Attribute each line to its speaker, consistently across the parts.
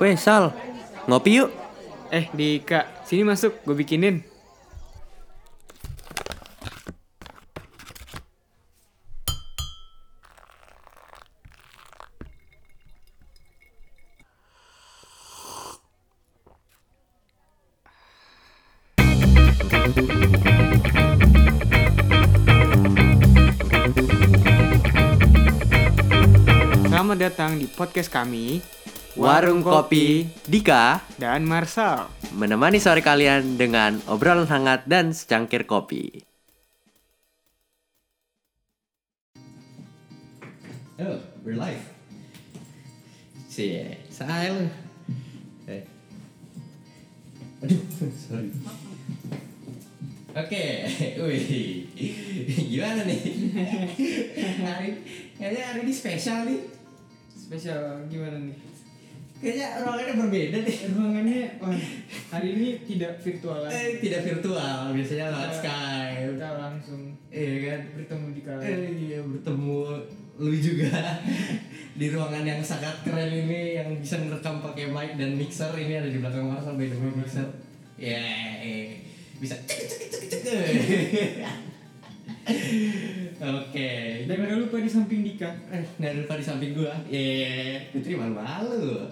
Speaker 1: Weh Sal, ngopi yuk.
Speaker 2: Eh, Dika, sini masuk, gue bikinin. Selamat datang di podcast kami
Speaker 1: Warung Kopi Dika
Speaker 2: dan Marsal.
Speaker 1: menemani sore kalian dengan obrolan hangat dan secangkir kopi.
Speaker 3: Oh, we're live. Cie, say lu. Eh. Aduh, sorry. Oke, wih. Gimana nih? hari, kayaknya hari ini spesial nih.
Speaker 2: Spesial gimana nih?
Speaker 3: Kayaknya ruangannya berbeda nih.
Speaker 2: Ruangannya wah, hari ini tidak virtual lagi.
Speaker 3: Eh, tidak virtual, biasanya lewat
Speaker 2: Kita-
Speaker 3: Skype.
Speaker 2: Kita langsung
Speaker 3: Iya kan?
Speaker 2: bertemu di kala.
Speaker 3: Eh, iya, bertemu lu juga di ruangan yang sangat keren ini yang bisa ngerekam pakai mic dan mixer ini ada di belakang Marcel by the way mixer. Ya, eh, bisa cek cek cek cek. Oke.
Speaker 2: Dan gak lupa di samping Dika.
Speaker 3: Eh, Nah, lupa di samping gua. Ya, Putri malu malu.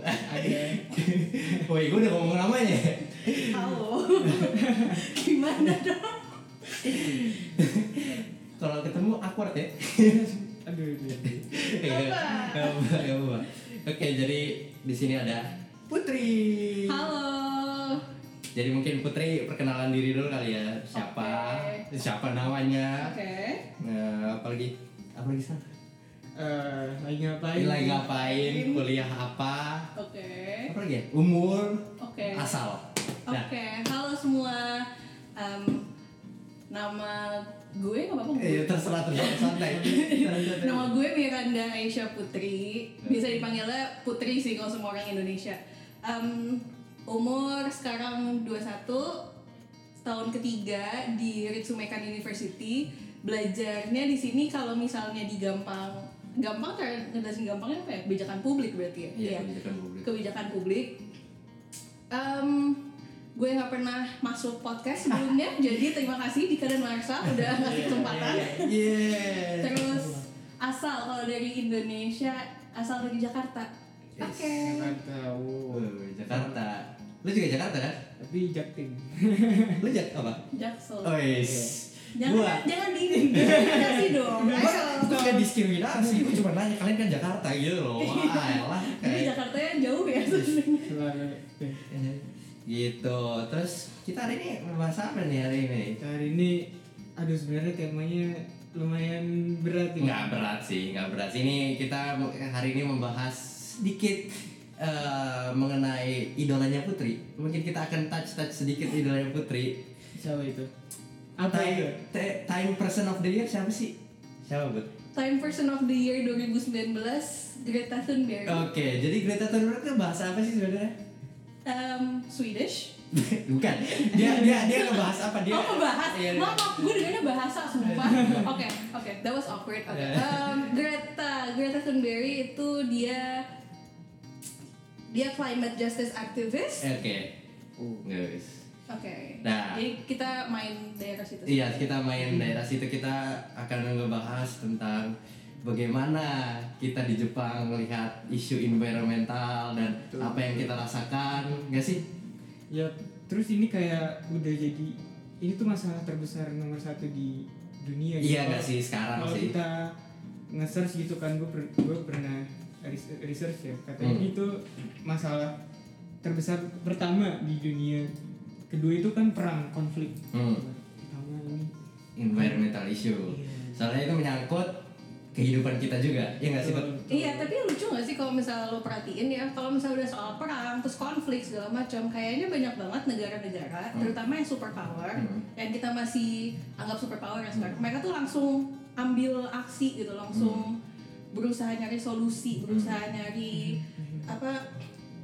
Speaker 3: Woi, gua udah ngomong namanya.
Speaker 4: Halo. Gimana dong?
Speaker 3: Kalau ketemu awkward ya.
Speaker 2: Aduh, ya. aduh, aduh.
Speaker 3: Iya. Apa, apa. Oke, jadi di sini ada Putri.
Speaker 4: Halo.
Speaker 3: Jadi mungkin Putri perkenalan diri dulu kali ya. Siapa?
Speaker 4: Oke.
Speaker 3: Siapa namanya?
Speaker 4: Oke.
Speaker 3: Nah, apalagi apalagi Sal?
Speaker 2: Eh, lagi ngapain?
Speaker 3: Lagi ngapain? Kuliah apa?
Speaker 4: Oke.
Speaker 3: Apa lagi ya? Umur?
Speaker 4: Oke.
Speaker 3: Asal. Nah,
Speaker 4: Oke. Halo semua. Em, nama gue nggak apa-apa.
Speaker 3: eh, terserah terserah santai. Iya,
Speaker 4: Nama gue Miranda Aisyah Putri. Bisa dipanggilnya Putri sih kalau semua orang Indonesia. Em, umur sekarang 21 tahun ketiga di Ritsumeikan University. Belajarnya di sini kalau misalnya di Gampang Gampang ter ngejelasin gampangnya apa ya? Kebijakan publik berarti ya?
Speaker 3: Iya, kebijakan publik.
Speaker 4: Kebijakan publik. Em, gue nggak pernah masuk podcast sebelumnya, jadi terima kasih Dika dan Marsa udah
Speaker 3: Iya,
Speaker 4: ngasih kesempatan.
Speaker 3: Yeah.
Speaker 4: Terus asal kalau dari Indonesia asal dari Jakarta.
Speaker 3: Yes.
Speaker 4: Oke.
Speaker 2: Nggak tahu.
Speaker 3: Oh, Jakarta. Lu juga Jakarta kan?
Speaker 2: Tapi jakting.
Speaker 3: Lu Jak apa?
Speaker 4: Jaksel.
Speaker 3: Oh,
Speaker 2: iya,
Speaker 4: Jangan
Speaker 3: Gua
Speaker 4: jangan diidentifikasi dong. Jaksel.
Speaker 3: Itu kan kayak diskriminasi, gue cuma nanya kalian kan Jakarta gitu loh Wah, elah
Speaker 4: Tapi
Speaker 3: kayak-
Speaker 4: Jakarta yang jauh ya sebenarnya.
Speaker 2: Selalu.
Speaker 3: Gitu, terus kita hari ini membahas apa nih hari ini?
Speaker 2: Hari ini, aduh sebenarnya temanya lumayan berat ya. nih.
Speaker 3: Nggak berat sih, nggak berat sih Ini kita hari ini membahas sedikit eh, mengenai idolanya Putri Mungkin kita akan touch-touch sedikit idolanya Putri
Speaker 2: Siapa itu? Apa itu?
Speaker 3: Time, te- time person of the year siapa sih? Siapa Put?
Speaker 4: Time Person of the Year 2019 Greta Thunberg.
Speaker 3: Oke, jadi Greta Thunberg itu bahasa apa sih sebenarnya?
Speaker 4: Em, Um, Swedish.
Speaker 3: Bukan. Dia dia dia ngebahas apa dia?
Speaker 4: oh, bahas.
Speaker 3: Iya,
Speaker 4: Maaf, maaf, gue dengarnya bahasa sumpah. Oke, oke. That was awkward. Oke.
Speaker 3: Iya.
Speaker 4: Em, Greta, Greta Thunberg itu dia dia climate justice activist.
Speaker 3: Oke. Guys.
Speaker 4: Oke.
Speaker 3: Nah.
Speaker 4: Jadi kita main daerah situ.
Speaker 3: Iya, kita main daerah situ kita akan ngebahas tentang bagaimana kita di Jepang melihat isu environmental dan apa yang kita rasakan, nggak sih?
Speaker 2: Ya, terus ini kayak udah jadi ini tuh masalah terbesar nomor satu di dunia. gitu.
Speaker 3: Iya nggak sih sekarang
Speaker 2: Kalau
Speaker 3: sih.
Speaker 2: kita nge-search gitu kan, gue pernah ris- research ya katanya
Speaker 3: Hmm.
Speaker 2: itu masalah terbesar pertama di dunia. Kedua itu kan perang konflik.
Speaker 3: Hmm.
Speaker 2: Pertama ini.
Speaker 3: Environmental issue. Soalnya itu menyangkut kehidupan kita juga, ya nggak sih? Put?
Speaker 4: Iya, tapi lucu gak sih kalau misalnya lo perhatiin ya, kalau misalnya udah soal perang, terus konflik segala macam, kayaknya banyak banget negara-negara,
Speaker 3: Hmm.
Speaker 4: terutama yang superpower, yang kita masih anggap superpower yang sekarang, mereka tuh langsung ambil aksi gitu, langsung berusaha nyari solusi, berusaha nyari apa,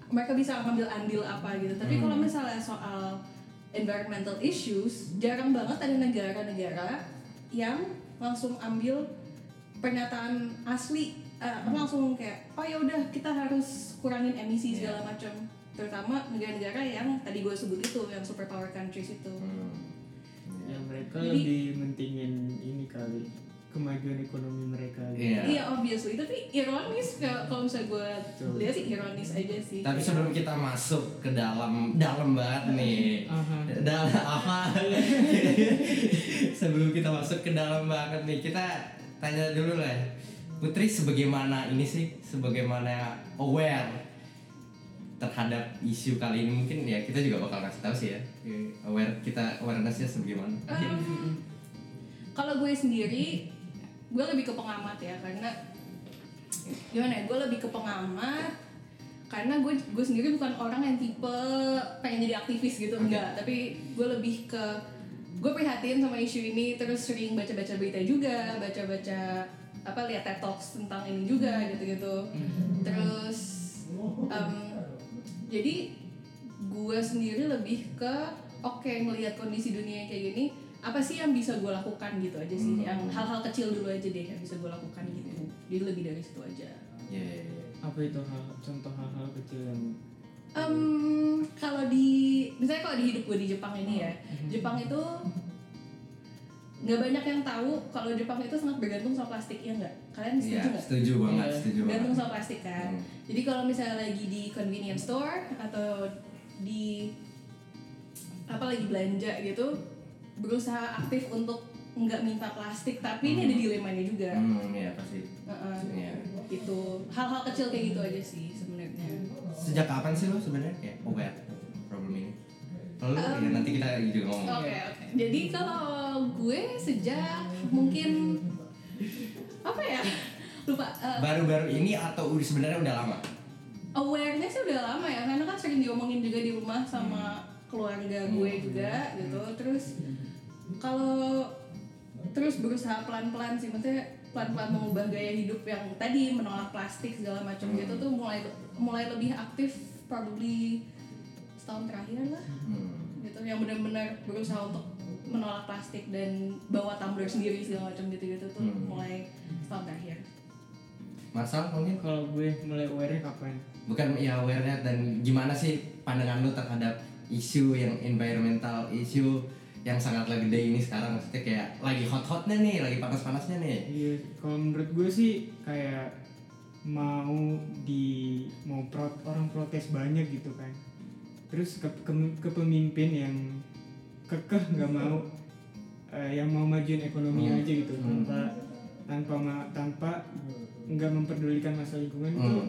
Speaker 4: mereka bisa ngambil andil apa gitu. Tapi kalau misalnya soal environmental issues, jarang banget ada negara-negara yang langsung ambil pernyataan asli eh, langsung kayak oh ya udah kita harus kurangin emisi segala macam terutama negara-negara yang tadi gue sebut itu yang superpower countries itu
Speaker 3: Hmm.
Speaker 2: yang ya, mereka
Speaker 4: Jadi-
Speaker 2: lebih mentingin ini kali kemajuan ekonomi mereka
Speaker 3: Iya.
Speaker 4: Iya obviously, tapi ironis kalau kalau misalnya gue
Speaker 2: Betul.
Speaker 4: lihat sih ironis aja sih.
Speaker 3: Tapi sebelum kita masuk ke dalam dalam banget nih.
Speaker 2: Aha.
Speaker 4: Mhm.
Speaker 3: Dalam apa? sebelum kita masuk ke dalam banget nih, kita tanya dulu lah. ya. Putri sebagaimana ini sih, sebagaimana aware terhadap isu kali ini mungkin ya kita juga bakal kasih tahu sih ya eh, aware kita awarenessnya sebagaimana
Speaker 4: Em, kalau gue sendiri, gue lebih ke pengamat ya karena gimana ya, gue lebih ke pengamat karena gue gue sendiri bukan orang yang tipe pengen jadi aktivis gitu enggak, tapi gue lebih ke gue prihatin sama isu ini terus sering baca-baca berita juga, baca-baca apa lihat TED Talks tentang ini juga
Speaker 3: Hmm.
Speaker 4: gitu-gitu. Terus em, jadi gue sendiri lebih ke oke ngelihat kondisi dunia kayak gini apa sih yang bisa gue lakukan gitu aja sih yang hal-hal kecil dulu aja deh yang bisa gue lakukan gitu jadi lebih dari situ aja
Speaker 3: ya ya, ya.
Speaker 2: apa itu hal contoh hal-hal kecil yang
Speaker 4: Em, kalau di misalnya kalau di hidup gue di Jepang ini ya Jepang itu nggak banyak yang tahu kalau Jepang itu sangat bergantung sama plastik ya nggak kalian
Speaker 3: Iya,
Speaker 4: setuju nggak
Speaker 3: setuju banget setuju
Speaker 4: gantung
Speaker 3: banget
Speaker 4: sama plastik kan.
Speaker 3: Iya, Hmm.
Speaker 4: Jadi kalau misalnya lagi di convenience store atau di apa lagi belanja gitu, berusaha aktif untuk nggak minta plastik, tapi ini ada dilemanya juga.
Speaker 3: hmm ya pasti
Speaker 4: Heeh.
Speaker 3: Iya.
Speaker 4: Gitu. Hal-hal kecil kayak gitu aja sih sebenarnya.
Speaker 3: Sejak kapan sih lo sebenarnya kayak aware problem ini? Lalu ya nanti kita juga ngomong.
Speaker 4: Oke, oke. Jadi kalau gue sejak mungkin apa ya? Lupa. eh,
Speaker 3: Baru-baru ini atau udah- sebenarnya udah lama?
Speaker 4: awareness sih udah lama ya karena kan sering diomongin juga di rumah sama
Speaker 3: Hmm.
Speaker 4: keluarga gue juga gitu terus kalau terus berusaha pelan-pelan sih maksudnya pelan-pelan mengubah gaya hidup yang tadi menolak plastik segala macam
Speaker 3: Hmm.
Speaker 4: gitu tuh mulai mulai lebih aktif probably setahun terakhir lah
Speaker 3: Hmm.
Speaker 4: gitu yang benar-benar berusaha untuk menolak plastik dan bawa tumbler sendiri segala macam gitu-gitu tuh
Speaker 3: Hmm.
Speaker 4: mulai setahun terakhir
Speaker 3: Masal mungkin
Speaker 2: kalau gue mulai aware kapan
Speaker 3: bukan ya awareness dan gimana sih pandangan lo terhadap isu yang environmental isu yang sangat lagi gede ini sekarang maksudnya kayak lagi hot-hotnya nih, lagi panas-panasnya nih.
Speaker 2: Iya, kalau menurut gue sih kayak mau di mau pro, orang protes banyak gitu kan. Terus ke, ke- kepemimpin yang kekeh nggak mau eh, yang mau majuin ekonomi
Speaker 3: Hmm.
Speaker 2: aja gitu
Speaker 3: Hmm.
Speaker 2: tanpa tanpa ma- tanpa nggak memperdulikan masalah lingkungan
Speaker 3: Hmm.
Speaker 2: tuh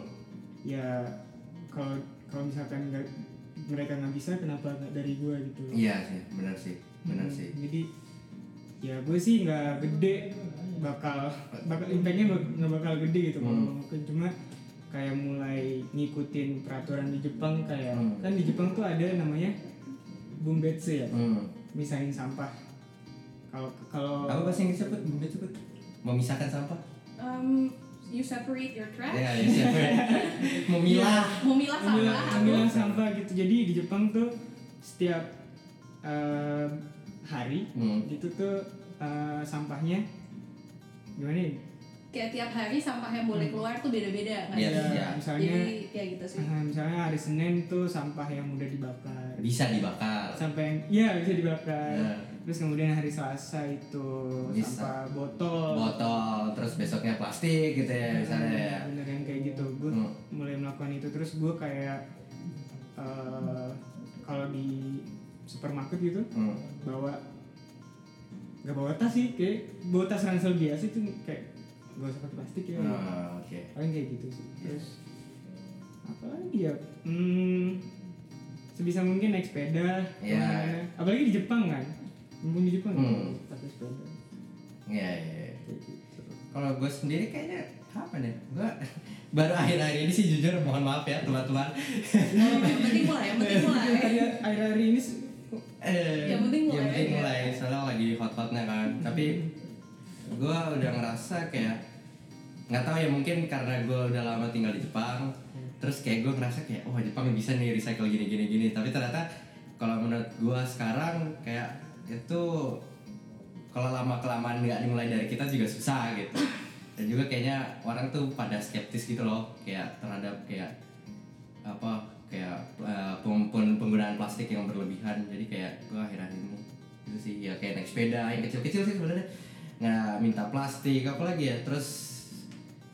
Speaker 2: ya kalau kalau misalkan nggak mereka nggak bisa kenapa nggak dari gue gitu
Speaker 3: Iya sih, benar sih, benar
Speaker 2: Hmm,
Speaker 3: sih.
Speaker 2: Jadi ya gue sih nggak gede bakal bakal impactnya bak- nggak bakal gede gitu kalau
Speaker 3: Hmm.
Speaker 2: mungkin cuma kayak mulai ngikutin peraturan di Jepang kayak
Speaker 3: Hmm.
Speaker 2: kan di Jepang tuh ada namanya bumbetsu ya
Speaker 3: Hmm.
Speaker 2: misahin sampah kalau kalau
Speaker 3: Apa bahasa Inggrisnya put? Bunda cepet. Memisahkan sampah.
Speaker 4: Um, you separate your trash
Speaker 3: Ya, ya siapa? Memilah.
Speaker 4: memilah
Speaker 2: ambil
Speaker 4: sampah
Speaker 2: ambil
Speaker 4: atau-
Speaker 2: sampah gitu jadi di Jepang tuh setiap eh, hari
Speaker 3: Hmm.
Speaker 2: itu tuh eh, sampahnya gimana ya?
Speaker 4: kayak tiap hari sampah yang boleh keluar tuh beda-beda kan
Speaker 3: Iya,
Speaker 2: Ya,
Speaker 3: iya.
Speaker 2: misalnya
Speaker 4: jadi kayak gitu sih
Speaker 2: Nah, misalnya hari Senin tuh sampah yang udah dibakar
Speaker 3: bisa dibakar
Speaker 2: sampai yang ya bisa dibakar
Speaker 3: Ya.
Speaker 2: terus kemudian hari Selasa itu
Speaker 3: Bisa.
Speaker 2: sampah botol
Speaker 3: botol terus besoknya plastik gitu ya misalnya ya
Speaker 2: Nah, bener yang kayak gitu gue
Speaker 3: Hmm.
Speaker 2: mulai melakukan itu terus gue kayak eh, kalau di supermarket gitu
Speaker 3: Hmm.
Speaker 2: bawa nggak bawa tas sih kayak bawa tas ransel biasa itu kayak gak usah pakai plastik ya
Speaker 3: Ah, oke
Speaker 2: paling kayak gitu sih terus apa lagi ya hmm, sebisa mungkin naik sepeda
Speaker 3: Iya.
Speaker 2: kemana-mana. apalagi di Jepang kan mumpung di Jepang
Speaker 3: Hmm.
Speaker 2: kan, pakai sepeda
Speaker 3: ya, ya, ya.
Speaker 2: kayak gitu
Speaker 3: kalau gue sendiri kayaknya apa nih gue baru akhir-akhir ini sih jujur mohon maaf ya teman-teman
Speaker 4: Oh, yang penting mulai yang penting mulai
Speaker 2: akhir-akhir ini se-
Speaker 3: eh,
Speaker 4: Yang penting mulai aja.
Speaker 3: mulai soalnya lagi hot-hotnya kan tapi gue udah ngerasa kayak nggak tahu ya mungkin karena gue udah lama tinggal di Jepang terus kayak gue ngerasa kayak wah Jepang bisa nih recycle gini gini gini tapi ternyata kalau menurut gue sekarang kayak itu kalau lama kelamaan nggak dimulai dari kita juga susah gitu dan juga kayaknya orang tuh pada skeptis gitu loh kayak terhadap kayak apa kayak eh, pem- pem- penggunaan plastik yang berlebihan jadi kayak gua akhir-akhir ini itu sih ya kayak naik sepeda yang kecil-kecil sih sebenarnya nggak minta plastik apalagi ya terus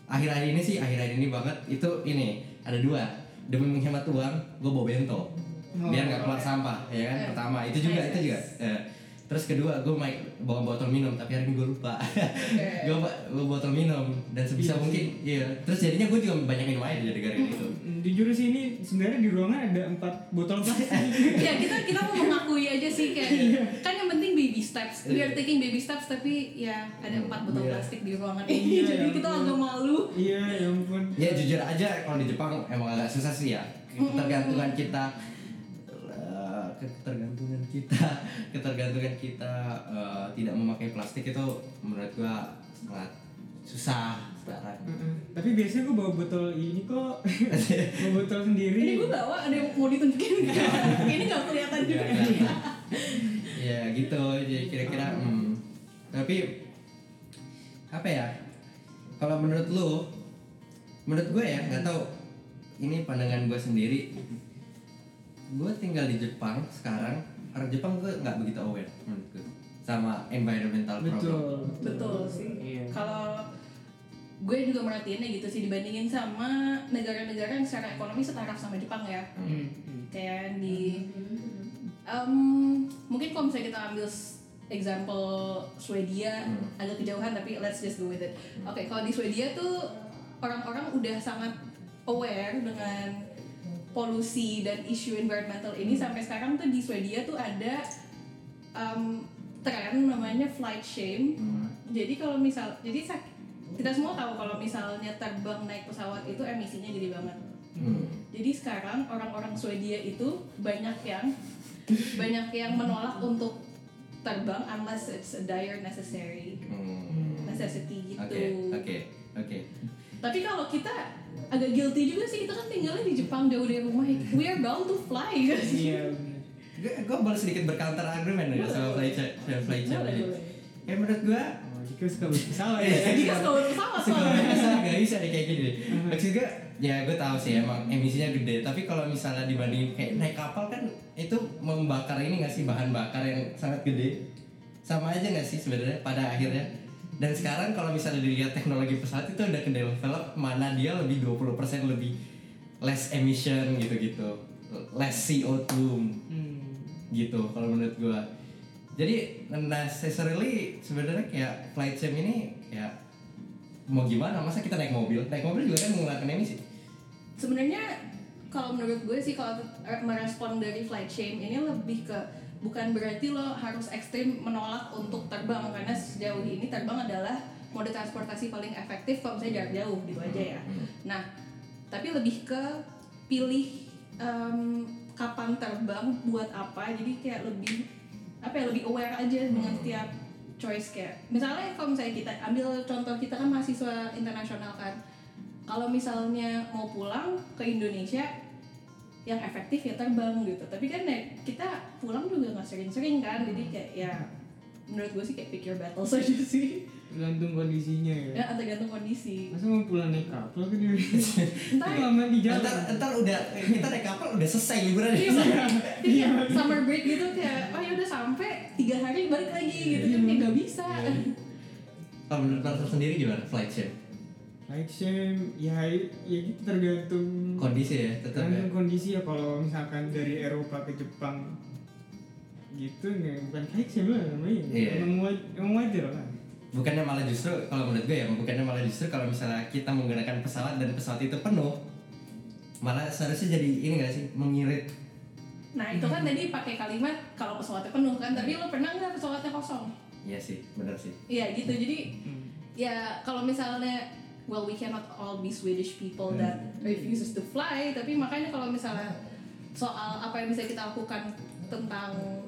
Speaker 3: akhir-akhir ini sih akhir-akhir ini banget itu ini ada dua demi menghemat uang gue bawa bento biar nggak keluar sampah ya kan
Speaker 4: Eh,
Speaker 3: pertama itu juga
Speaker 4: nice,
Speaker 3: itu juga Eh, terus kedua gue main bawa botol minum tapi hari ini gue lupa gue bawa botol minum dan sebisa
Speaker 2: Iya sih.
Speaker 3: mungkin iya terus jadinya gue juga banyak minum air dari gara itu
Speaker 2: Hmm, Jujur sih ini sebenarnya di ruangan ada empat botol plastik.
Speaker 4: ya kita kita mau mengakui aja sih
Speaker 2: Iya.
Speaker 4: kayak kan yang penting baby steps we are taking baby steps tapi ya ada empat botol
Speaker 3: Iya.
Speaker 4: plastik di ruangan ini
Speaker 2: Hmm. Iya,
Speaker 4: jadi
Speaker 2: ya
Speaker 4: kita
Speaker 2: ampun.
Speaker 4: agak malu
Speaker 2: iya, ya ampun.
Speaker 3: ya jujur aja kalau di Jepang emang agak susah sih ya ketergantungan kita eh, ketergantungan kita ketergantungan kita eh, tidak memakai plastik itu menurut gua sangat susah sekarang
Speaker 2: Heeh. Tapi biasanya gue bawa botol ini kok, bawa botol sendiri.
Speaker 4: ini gue bawa ada yang mau ditunjukin nggak?
Speaker 2: Iya.
Speaker 4: ini nggak kelihatan juga
Speaker 3: ya gitu jadi kira-kira hmm. tapi apa ya kalau menurut lu menurut gue ya nggak tahu ini pandangan gue sendiri gue tinggal di Jepang sekarang orang Jepang gue nggak begitu aware menurut gue sama environmental problem
Speaker 2: Betul.
Speaker 4: betul sih
Speaker 2: Iya.
Speaker 4: kalau gue juga merhatiin gitu sih dibandingin sama negara-negara yang secara ekonomi setara sama Jepang ya
Speaker 2: Hmm, hmm.
Speaker 4: kayak kan, di
Speaker 3: Hmm,
Speaker 4: Em, mungkin kalau misalnya kita ambil s- example Swedia
Speaker 3: Hmm.
Speaker 4: agak kejauhan tapi let's just go with it. Oke, kalau di Swedia tuh orang-orang udah sangat aware dengan polusi dan isu environmental ini
Speaker 3: Hmm.
Speaker 4: sampai sekarang tuh di Swedia tuh ada em, tren namanya flight shame
Speaker 3: Hmm.
Speaker 4: jadi kalau misal jadi sak- kita semua tahu kalau misalnya terbang naik pesawat itu emisinya gede banget
Speaker 3: Hmm.
Speaker 4: jadi sekarang orang-orang Swedia itu banyak yang banyak yang menolak untuk terbang unless it's a dire necessary
Speaker 3: Hmm.
Speaker 4: necessity gitu
Speaker 3: oke oke oke
Speaker 4: tapi kalau kita agak guilty juga sih kita kan tinggalnya di Jepang jauh dari rumah we are bound to fly
Speaker 2: Iya. bener.
Speaker 3: gue gue boleh sedikit berkantor argumen ya sama flight share flight share
Speaker 4: Boleh,
Speaker 3: ini
Speaker 4: boleh.
Speaker 3: ya menurut gue
Speaker 2: Oh, Jika suka bersalah ya.
Speaker 4: kita suka bersama
Speaker 3: Sebenarnya
Speaker 4: soalnya
Speaker 3: bisa nggak bisa deh kayak gini deh. Maksud gue, ya gue tahu sih emang emisinya gede. Tapi kalau misalnya dibandingin kayak naik kapal kan itu membakar ini nggak sih bahan bakar yang sangat gede. Sama aja nggak sih sebenarnya pada akhirnya. Dan sekarang kalau misalnya dilihat teknologi pesawat itu udah ke develop mana dia lebih 20% lebih less emission gitu-gitu. Less CO2
Speaker 2: Hmm.
Speaker 3: gitu kalau menurut gua jadi nah, necessarily sebenarnya kayak flight sim ini kayak mau gimana masa kita naik mobil naik mobil juga kan mengeluarkan emisi
Speaker 4: sebenarnya kalau menurut gue sih kalau merespon dari flight shame ini lebih ke bukan berarti lo harus ekstrim menolak untuk terbang karena sejauh ini terbang adalah mode transportasi paling efektif kalau misalnya jarak jauh gitu aja ya. Nah, tapi lebih ke pilih em, kapan terbang buat apa jadi kayak lebih apa ya lebih aware aja dengan tiap choice kayak misalnya kalau misalnya kita ambil contoh kita kan mahasiswa internasional kan kalau misalnya mau pulang ke Indonesia yang efektif ya terbang gitu tapi kan ya, kita pulang juga nggak sering-sering kan jadi kayak ya menurut gue sih kayak pick your battles aja sih
Speaker 2: Tergantung kondisinya ya.
Speaker 4: ya tergantung kondisi
Speaker 2: Masa mau pulang naik kapal kan ke Indonesia?
Speaker 4: Entah ya.
Speaker 2: lama di jalan.
Speaker 3: ntar ntar udah kita naik kapal udah selesai liburan
Speaker 4: Iya,
Speaker 3: ya
Speaker 4: bener. Jadi kayak summer break gitu kayak oh ya udah sampai tiga hari balik lagi gitu kan ya nggak bisa
Speaker 3: kalau menurut Marcel sendiri gimana flight sim
Speaker 2: Like shame, ya ya gitu tergantung
Speaker 3: kondisi ya tetap ya
Speaker 2: tergantung kondisi ya kalau misalkan dari Eropa ke Jepang gitu nggak bukan like shame lah namanya.
Speaker 3: Iya.
Speaker 2: Emang wa- emang wajar lah.
Speaker 3: bukannya malah justru kalau menurut gue ya bukannya malah justru kalau misalnya kita menggunakan pesawat dan pesawat itu penuh malah seharusnya jadi ini gak sih mengirit
Speaker 4: nah itu kan tadi pakai kalimat kalau pesawatnya penuh kan tapi lo pernah nggak pesawatnya kosong
Speaker 3: Iya sih benar sih
Speaker 4: Iya gitu jadi
Speaker 2: Hmm.
Speaker 4: ya kalau misalnya well we cannot all be Swedish people that refuses to fly tapi makanya kalau misalnya soal apa yang bisa kita lakukan tentang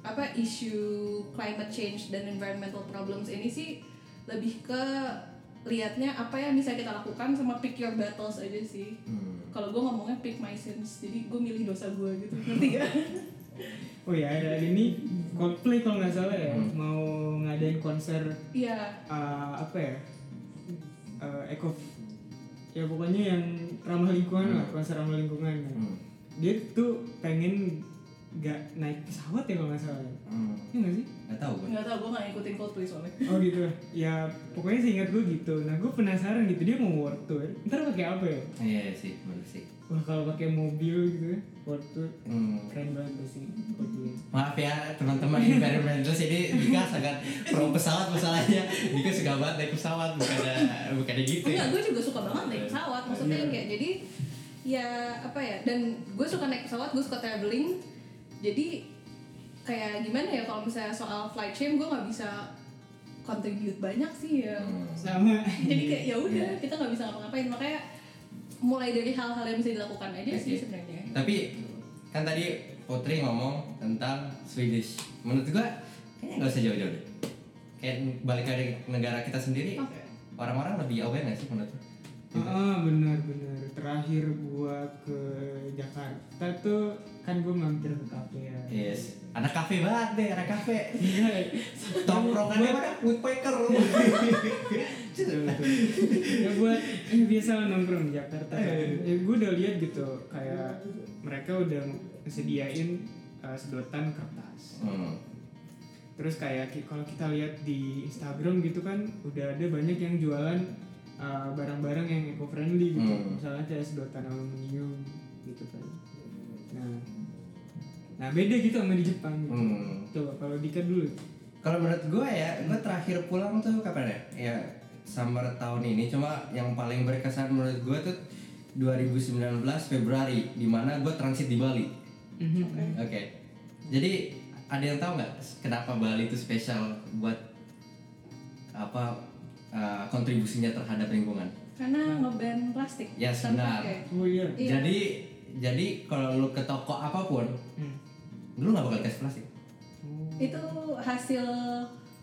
Speaker 4: apa isu climate change dan environmental problems ini sih lebih ke liatnya apa yang bisa kita lakukan sama pick your battles aja sih
Speaker 3: Hmm.
Speaker 4: kalau gue ngomongnya pick my sins jadi gue milih dosa gue gitu ngerti gak?
Speaker 2: Oh ya ada ada ini
Speaker 3: Hmm.
Speaker 2: Coldplay kalau nggak salah ya mau ngadain konser
Speaker 4: Iya
Speaker 2: uh, apa ya eh, eco ya pokoknya yang ramah lingkungan lah konser ramah lingkungan kan.
Speaker 3: Hmm.
Speaker 2: dia tuh pengen gak naik pesawat ya kalau nggak salah ya
Speaker 3: Hmm.
Speaker 2: Iya nggak sih
Speaker 3: Nggak tahu gue.
Speaker 4: Nggak tau, gue nggak ngikutin Coldplay soalnya
Speaker 2: oh gitu lah. ya pokoknya seingat gue gitu nah gue penasaran gitu dia mau world tour ntar pakai apa ya
Speaker 3: Iya sih, bener sih.
Speaker 2: wah kalau pakai mobil gitu ya world tour
Speaker 3: Hmm.
Speaker 2: keren banget pasti Coldplay.
Speaker 3: Maaf ya teman-teman environmentalist ini Dika sangat pro pesawat masalahnya Dika suka banget naik pesawat bukannya bukannya gitu ya Iya.
Speaker 4: Enggak, gue juga suka banget naik pesawat Maksudnya yang kayak jadi Ya apa ya Dan gue suka naik pesawat, gue suka traveling Jadi kayak gimana ya Kalau misalnya soal flight shame gue nggak bisa Contribute banyak sih ya
Speaker 3: Hmm. Iya.
Speaker 2: sama
Speaker 4: Jadi kayak ya udah kita nggak bisa ngapa-ngapain Makanya mulai dari hal-hal yang bisa dilakukan aja sih
Speaker 3: Oke.
Speaker 4: sebenarnya
Speaker 3: Tapi kan tadi Putri ngomong tentang Swedish Menurut gua kayaknya nggak usah jauh-jauh deh Kayak balik dari negara kita sendiri
Speaker 4: Oke.
Speaker 3: Orang-orang lebih aware nggak sih menurut lu?
Speaker 2: Ah, benar-benar terakhir gua ke Jakarta tuh kan gua mampir ke kafe ya.
Speaker 3: Yes Anak kafe banget deh, anak kafe
Speaker 2: Iya.
Speaker 3: Tongkrongannya mana? Woodpecker
Speaker 2: Betul, betul. ya buat eh, biasa lah nongkrong di Jakarta kan. Ya, gue udah lihat gitu kayak mereka udah sediain eh, sedotan kertas.
Speaker 3: hmm.
Speaker 2: Terus kayak ki- kalau kita lihat di Instagram gitu kan udah ada banyak yang jualan eh, barang-barang yang eco friendly gitu.
Speaker 3: Hmm.
Speaker 2: Misalnya kayak sedotan aluminium gitu kan. Nah, nah beda gitu sama di Jepang. gitu.
Speaker 3: Hmm.
Speaker 2: Coba kalau Dika dulu.
Speaker 3: Kalau menurut gue ya, gue terakhir pulang tuh kapan ya? Ya summer tahun ini. Cuma yang paling berkesan menurut gue tuh 2019 Februari, di mana gue transit di Bali. Oke. Jadi ada yang tahu nggak kenapa Bali itu spesial buat apa uh, kontribusinya terhadap lingkungan?
Speaker 4: Karena ngeban plastik
Speaker 3: Yes, benar.
Speaker 4: tanpa pakai.
Speaker 2: Oh iya.
Speaker 4: Iya.
Speaker 3: Jadi jadi kalau lu ke toko apapun,
Speaker 2: Hmm.
Speaker 3: lu nggak bakal dikasih plastik.
Speaker 4: itu hasil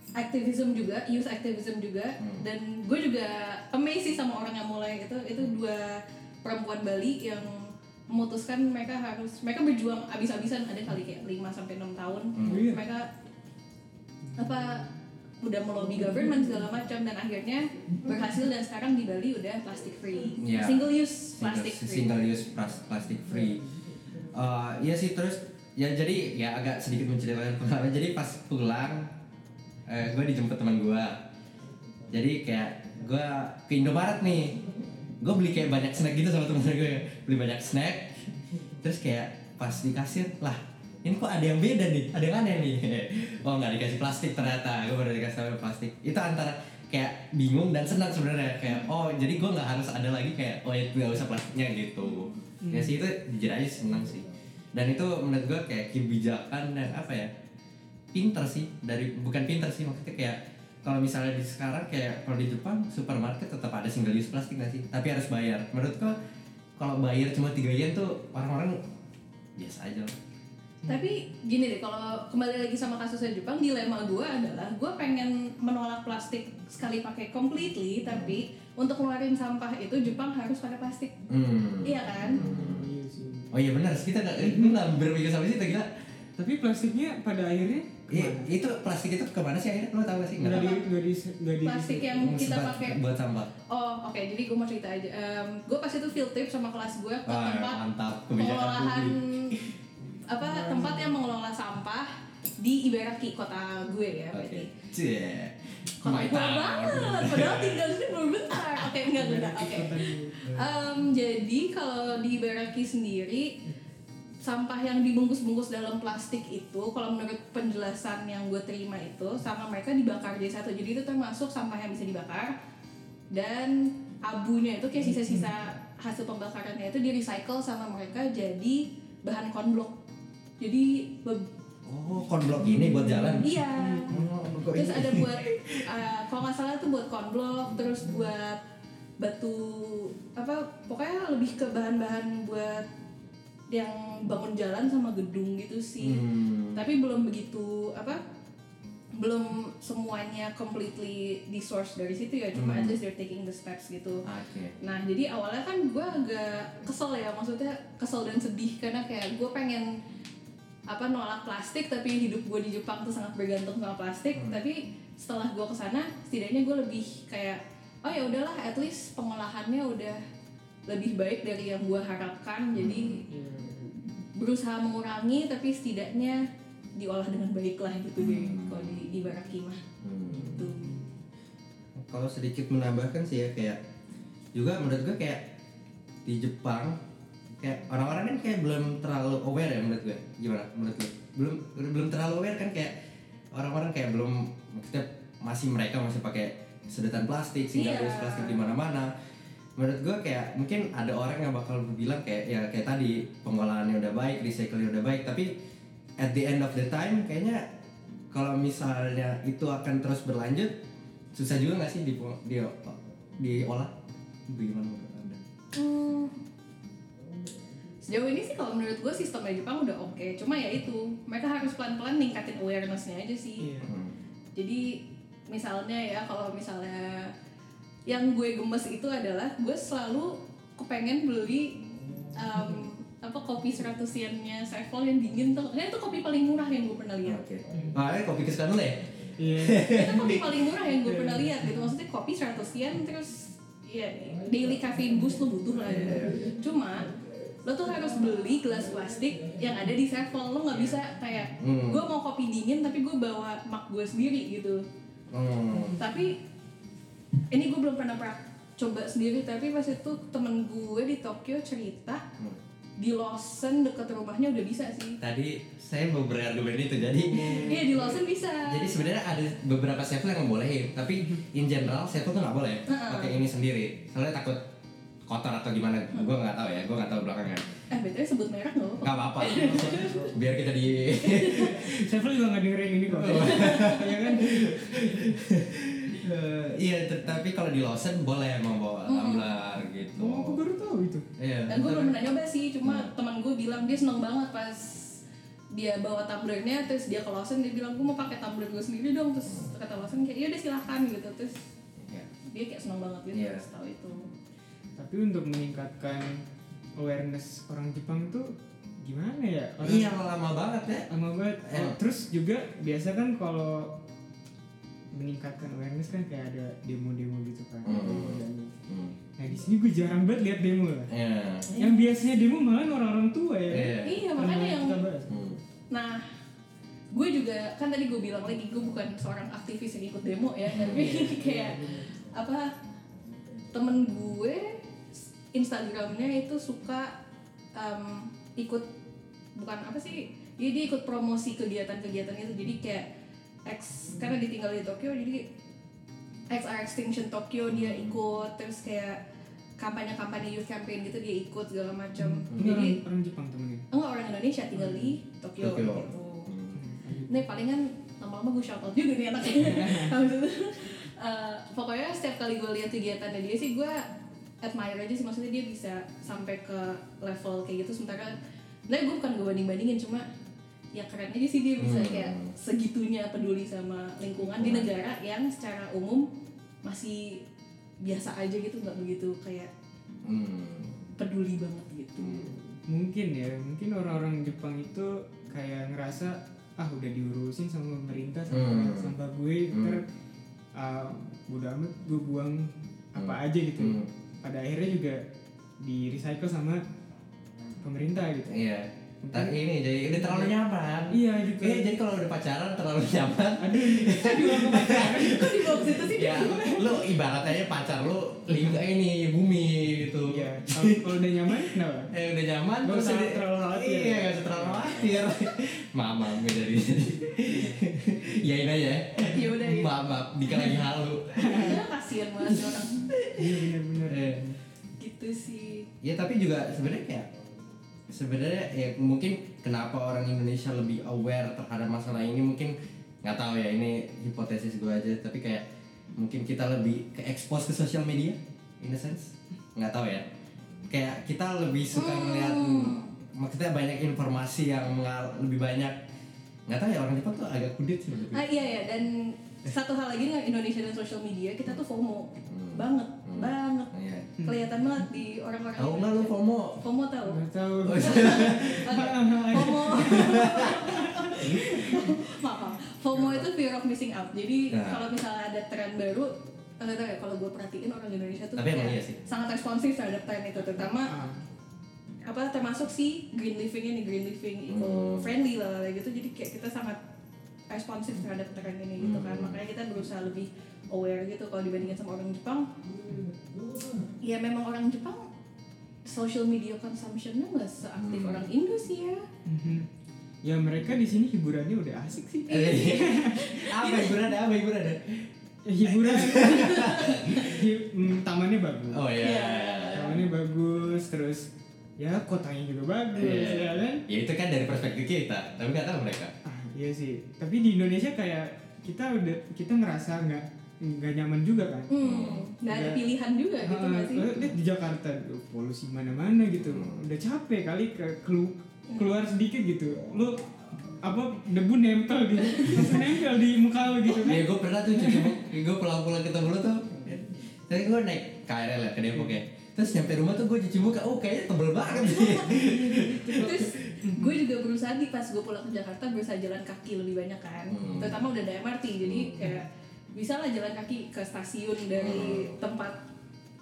Speaker 4: aktivism juga, youth activism juga,
Speaker 3: Hmm.
Speaker 4: dan gue juga amazed sih sama orang yang mulai itu itu
Speaker 3: Hmm.
Speaker 4: dua perempuan Bali yang memutuskan mereka harus mereka berjuang abis-abisan ada kali kayak 5 sampai enam tahun
Speaker 3: Hmm.
Speaker 2: Oh iya.
Speaker 4: mereka apa udah
Speaker 3: Hmm.
Speaker 4: melobi government segala macam dan akhirnya berhasil dan sekarang di Bali udah plastic free
Speaker 3: Iya.
Speaker 4: single use
Speaker 3: Single-
Speaker 4: plastic free
Speaker 3: single use plas- plastic free Eh, iya sih terus ya jadi ya agak sedikit menceritakan pengalaman jadi pas pulang eh, gue dijemput teman gue jadi kayak gue ke Indomaret nih gue beli kayak banyak snack gitu sama teman gue beli banyak snack terus kayak pas di kasir lah ini kok ada yang beda nih ada yang aneh nih oh nggak dikasih plastik ternyata gue baru dikasih tahu plastik itu antara kayak bingung dan senang sebenarnya kayak oh jadi gue nggak harus ada lagi kayak oh itu nggak usah plastiknya gitu ya sih itu jujur aja senang sih dan itu menurut gue kayak kebijakan yang apa ya pinter sih dari bukan pinter sih maksudnya kayak kalau misalnya di sekarang kayak kalau di Jepang supermarket tetap ada single use plastik nggak sih tapi harus bayar menurut gue kalau bayar cuma 3 yen tuh orang-orang biasa aja lah.
Speaker 4: Tapi gini deh, kalau kembali lagi sama kasusnya Jepang, dilema gue adalah gue pengen menolak plastik sekali pakai completely, tapi untuk ngeluarin sampah itu Jepang harus pakai plastik.
Speaker 3: Hmm.
Speaker 4: Iya kan?
Speaker 2: Oh iya sih.
Speaker 3: Oh iya benar, kita nggak lu nggak berpikir sampai situ gila.
Speaker 2: Tapi plastiknya pada akhirnya
Speaker 3: Iya, itu plastik itu kemana sih akhirnya? Lo tau gak sih? Nggak
Speaker 2: nggak di
Speaker 3: tahu.
Speaker 2: nggak di nggak di
Speaker 4: Plastik yang kita
Speaker 3: Sebat- kan?
Speaker 4: pakai.
Speaker 3: buat sampah.
Speaker 4: Oh oke, jadi gue mau cerita aja. gue pas itu field trip sama kelas gue ke
Speaker 3: Wah, Ah,
Speaker 4: tempat
Speaker 3: ya, mantap kebijakan
Speaker 4: pengelolaan
Speaker 3: publik.
Speaker 4: apa tempat yang mengelola sampah di Ibaraki kota gue ya berarti.
Speaker 3: Oke. Cie.
Speaker 4: Kota
Speaker 3: My
Speaker 4: tua
Speaker 3: town.
Speaker 4: banget, padahal tinggal di sini baru bentar. Oke, enggak, enggak, oke. Em, jadi kalau di Baraki sendiri, sampah yang dibungkus-bungkus dalam plastik itu, kalau menurut penjelasan yang gue terima itu, sama mereka dibakar jadi satu. Jadi itu termasuk sampah yang bisa dibakar dan abunya itu kayak sisa-sisa hasil pembakarannya itu di recycle sama mereka jadi bahan konblok. Jadi be-
Speaker 3: Oh, konblok ini buat jalan.
Speaker 4: iya
Speaker 3: Oh, kok
Speaker 4: terus
Speaker 3: ini?
Speaker 4: ada buat eh, kalau nggak salah tuh buat konblok terus buat batu apa pokoknya lebih ke bahan-bahan buat yang bangun jalan sama gedung gitu sih
Speaker 3: Hmm.
Speaker 4: tapi belum begitu apa belum semuanya completely di source dari situ ya cuma
Speaker 3: Hmm.
Speaker 4: at least they're taking the steps gitu
Speaker 3: Oke.
Speaker 4: Nah jadi awalnya kan gue agak kesel ya maksudnya kesel dan sedih karena kayak gue pengen apa nolak plastik tapi hidup gue di Jepang tuh sangat bergantung sama plastik tapi setelah gue kesana setidaknya gue lebih kayak oh ya udahlah at least pengolahannya udah lebih baik dari yang gua harapkan jadi
Speaker 2: Iya.
Speaker 4: berusaha mengurangi tapi setidaknya diolah dengan baik lah gitu deh
Speaker 3: Hmm.
Speaker 4: kalau di, di baraki mah
Speaker 3: Hmm.
Speaker 4: gitu
Speaker 3: kalau sedikit menambahkan sih ya kayak juga menurut gue kayak di Jepang kayak orang-orang kan kayak belum terlalu aware ya menurut gue gimana menurut lu belum belum terlalu aware kan kayak orang-orang kayak belum maksudnya masih mereka masih pakai sedotan plastik sehingga
Speaker 4: Iya.
Speaker 3: terus plastik di mana-mana menurut gue kayak mungkin ada orang yang bakal bilang kayak ya kayak tadi pengolahannya udah baik recyclingnya udah baik tapi at the end of the time kayaknya kalau misalnya itu akan terus berlanjut susah juga nggak sih di di diolah gimana menurut anda
Speaker 4: Hmm. Sejauh ini sih kalau menurut gue sistemnya Jepang udah oke, cuma ya itu mereka harus pelan-pelan ningkatin awarenessnya aja sih.
Speaker 2: Iya.
Speaker 4: Hmm. Jadi misalnya ya kalau misalnya yang gue gemes itu adalah gue selalu kepengen beli em, apa kopi 100 yennya Sevel yang dingin tuh, nah itu kopi paling murah yang gue pernah lihat.
Speaker 3: oke ah eh, kopi kesukaan dulu ya
Speaker 2: Iya.
Speaker 4: itu kopi paling murah yang gue pernah lihat gitu, maksudnya kopi 100 yen terus ya daily caffeine boost lo butuh lah. gitu. Cuma lo tuh harus beli gelas plastik yang ada di Sevel lo nggak bisa kayak
Speaker 3: Hmm.
Speaker 4: gue mau kopi dingin tapi gue bawa mug gue sendiri gitu
Speaker 3: hmm.
Speaker 4: tapi ini gue belum pernah pra- coba sendiri tapi pas itu temen gue di Tokyo cerita di Lawson deket rumahnya udah bisa sih
Speaker 3: tadi saya mau berargumen itu jadi
Speaker 4: iya di Lawson bisa
Speaker 3: jadi sebenarnya ada beberapa chef yang ngebolehin tapi
Speaker 4: Mm-hmm.
Speaker 3: in general chef tuh nggak boleh
Speaker 4: Heeh.
Speaker 3: pakai ini sendiri soalnya takut kotor atau gimana gue nggak tahu ya gue nggak tahu belakangnya
Speaker 4: eh btw sebut merek nggak apa-apa
Speaker 3: nggak apa-apa biar kita di
Speaker 2: Sevel juga nggak dengerin ini kok.
Speaker 3: Oh.
Speaker 2: Iya kan?
Speaker 3: Eh, iya ter- tapi kalau di Lawson boleh emang bawa tumbler gitu
Speaker 2: Oh, aku baru tahu itu.
Speaker 3: iya
Speaker 4: dan gue
Speaker 3: tapi-
Speaker 4: belum pernah nyoba sih cuma teman gue bilang dia seneng banget pas dia bawa tumblernya terus dia ke Lawson dia bilang gue mau pakai tumbler gue sendiri dong terus kata Lawson kayak iya udah silahkan gitu terus
Speaker 3: Iya.
Speaker 4: dia kayak seneng banget gitu
Speaker 3: Iya.
Speaker 4: pas tahu itu
Speaker 2: Tapi untuk meningkatkan awareness orang Jepang tuh gimana ya? Orang
Speaker 3: iya lama banget ya
Speaker 2: lama banget.
Speaker 3: Eh.
Speaker 2: Oh, terus juga biasa kan kalau meningkatkan awareness kan kayak ada demo-demo gitu kan.
Speaker 3: Hmm.
Speaker 2: Dan-
Speaker 3: hmm.
Speaker 2: Nah di sini gue jarang banget lihat demo lah.
Speaker 3: iya
Speaker 2: Yang biasanya demo malah orang-orang tua ya. kan?
Speaker 3: Iya.
Speaker 4: iya
Speaker 2: Orang
Speaker 4: makanya
Speaker 2: tua
Speaker 4: yang
Speaker 2: kita bahas.
Speaker 3: Hmm.
Speaker 4: Nah, gue juga kan tadi gue bilang lagi gue bukan seorang aktivis yang ikut demo ya, tapi kayak apa temen gue Instagramnya itu suka em, ikut bukan apa sih, jadi dia ikut promosi kegiatan-kegiatan itu, jadi kayak X karena ditinggal di Tokyo jadi XR Extinction Tokyo dia ikut terus kayak kampanye-kampanye youth campaign gitu dia ikut segala macam.
Speaker 2: Ini orang,
Speaker 4: Jadi
Speaker 2: orang Jepang temennya.
Speaker 4: enggak orang Indonesia tinggal di Tokyo,
Speaker 3: Hmm. Tokyo.
Speaker 4: gitu.
Speaker 3: Hmm.
Speaker 4: Nih palingan lama-lama gue shout out juga nih anaknya. Habis itu, eh, pokoknya setiap kali gue lihat kegiatannya dia sih gue admire aja sih maksudnya dia bisa sampai ke level kayak gitu sementara nah gue bukan gue banding-bandingin cuma ya keren aja sih dia bisa
Speaker 3: Hmm.
Speaker 4: kayak segitunya peduli sama lingkungan di negara yang secara umum masih biasa aja gitu nggak begitu kayak
Speaker 3: Hmm.
Speaker 4: peduli banget gitu.
Speaker 3: Hmm.
Speaker 2: Mungkin ya, mungkin orang-orang Jepang itu kayak ngerasa ah udah diurusin sama pemerintah sama
Speaker 3: Hmm.
Speaker 2: sampah gue
Speaker 3: Hmm.
Speaker 2: ter ah, bodo amat gue buang apa
Speaker 3: Hmm.
Speaker 2: aja gitu.
Speaker 3: Hmm.
Speaker 2: Pada akhirnya juga di recycle sama pemerintah gitu.
Speaker 3: iya tapi ini jadi udah terlalu nyaman
Speaker 2: Iya gitu.
Speaker 3: Iya, jadi kalau udah pacaran terlalu nyaman
Speaker 2: Aduh, saya juga nggak pacaran.
Speaker 4: Kok di bawah situ sih?
Speaker 3: ya lu ibaratnya pacar lu lingkar ini bumi gitu
Speaker 2: Iya, kalau kalau udah nyaman kenapa?
Speaker 3: eh udah nyaman
Speaker 2: Gak usah
Speaker 3: jadi-
Speaker 2: terlalu khawatir.
Speaker 3: iya gak usah terlalu khawatir mama gue jadi yain aja ya
Speaker 2: Iya,
Speaker 4: Ya udah, ya.
Speaker 3: maaf maaf Dika lagi halu
Speaker 4: Ya, kasihan banget orang
Speaker 2: Iya benar-benar.
Speaker 3: Eh,
Speaker 4: gitu sih
Speaker 3: ya tapi juga sebenarnya kayak sebenarnya ya mungkin kenapa orang Indonesia lebih aware terhadap masalah ini mungkin nggak tahu ya ini hipotesis gue aja tapi kayak mungkin kita lebih ke expose ke sosial media in a sense nggak tahu ya kayak kita lebih suka
Speaker 4: Hmm.
Speaker 3: melihat maksudnya banyak informasi yang mengal- lebih banyak nggak tahu ya orang Jepang tuh agak kudet sih menurut gue.
Speaker 4: ah iya ya dan
Speaker 3: Eh.
Speaker 4: satu hal lagi dengan Indonesia dan social media kita tuh FOMO
Speaker 3: Hmm.
Speaker 4: banget
Speaker 3: Hmm.
Speaker 4: banget
Speaker 3: Iya.
Speaker 4: kelihatan banget di orang-orang
Speaker 3: Tahu nggak lu
Speaker 4: Indonesia.
Speaker 3: FOMO?
Speaker 4: FOMO tahu
Speaker 2: Gak tahu.
Speaker 3: Oh, iya.
Speaker 2: Ah,
Speaker 4: Oke. FOMO maaf maaf. FOMO itu fear of missing out jadi
Speaker 3: Nah.
Speaker 4: kalau misalnya ada tren baru Nggak tahu ya kalau gue perhatiin orang Indonesia tuh
Speaker 3: Tapi emang
Speaker 4: kayak
Speaker 3: iya sih.
Speaker 4: sangat responsif terhadap tren itu terutama
Speaker 2: Ah,
Speaker 4: apa termasuk si green living ini green living
Speaker 3: Hmm.
Speaker 4: eco friendly lah kayak gitu jadi kayak kita sangat responsif terhadap tren ini gitu kan
Speaker 3: Hmm.
Speaker 4: makanya kita berusaha lebih aware gitu kalau dibandingin sama orang Jepang ya memang orang Jepang social media consumptionnya nggak seaktif
Speaker 3: Hmm.
Speaker 4: orang Indo sih ya
Speaker 2: mhm. Ya mereka di sini hiburannya udah asik sih.
Speaker 4: Iya.
Speaker 3: apa hiburan ada apa hiburan ada
Speaker 2: Ya, hiburan. Hi- mm, tamannya bagus.
Speaker 3: oh iya
Speaker 4: Iya.
Speaker 2: Tamannya bagus terus ya kotanya juga bagus
Speaker 3: Iya.
Speaker 2: ya kan?
Speaker 3: ya itu kan dari perspektif kita tapi nggak tahu mereka
Speaker 2: Ah, iya sih. Tapi di Indonesia kayak kita udah kita ngerasa nggak nggak nyaman juga kan?
Speaker 4: hmm nggak ada
Speaker 2: Iya.
Speaker 4: pilihan juga gitu
Speaker 2: Ah,
Speaker 4: nggak sih
Speaker 2: eh, lihat di Jakarta aduh, polusi mana-mana gitu.
Speaker 3: Hmm.
Speaker 2: Udah capek kali ke kelu-
Speaker 4: Iya.
Speaker 2: keluar sedikit gitu. Lu apa debu nempel gitu. Langsung nempel di muka lu gitu kan.
Speaker 3: ya gue pernah tuh cuci gue pulang-pulang ke Tebelo tuh tapi gue naik KRL ya ke Depok ya terus nyampe rumah tuh gue cuci muka oh kayaknya tebel banget
Speaker 4: terus gue juga berusaha nih pas gue pulang ke Jakarta berusaha jalan kaki lebih banyak kan
Speaker 3: Hmm.
Speaker 4: terutama udah ada MRT jadi kayak bisa lah jalan kaki ke stasiun dari
Speaker 3: Hmm.
Speaker 4: tempat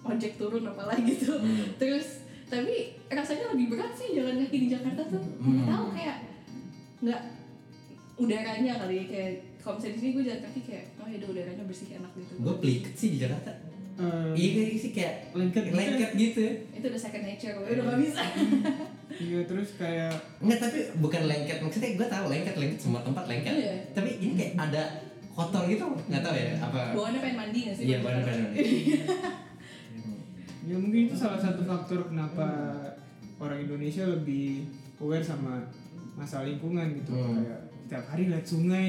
Speaker 4: ojek turun apalah gitu
Speaker 3: Hmm.
Speaker 4: terus tapi rasanya lebih berat sih jalan kaki di Jakarta tuh
Speaker 3: Hmm.
Speaker 4: nggak tahu kayak nggak udaranya kali ya kayak kalau misalnya di sini gue jalan kaki kayak oh ya udaranya bersih enak gitu
Speaker 3: gue peliket sih di Jakarta
Speaker 2: Eh,
Speaker 3: iya kayak sih kayak
Speaker 2: Lengket gitu.
Speaker 3: lengket gitu
Speaker 4: itu udah second nature gue udah gak bisa
Speaker 2: iya terus kayak
Speaker 3: Enggak tapi bukan lengket maksudnya gue tahu lengket lengket semua tempat lengket
Speaker 4: Iya.
Speaker 3: tapi ini kayak ada kotor gitu nggak tahu ya apa
Speaker 4: bawaannya pengen mandi gak sih
Speaker 3: iya
Speaker 4: Kalau di
Speaker 3: benar
Speaker 4: Jakarta?
Speaker 3: benar
Speaker 2: ya mungkin itu salah satu faktor kenapa orang Indonesia lebih aware sama masalah lingkungan gitu.
Speaker 3: Hmm.
Speaker 2: Kayak setiap hari lihat sungai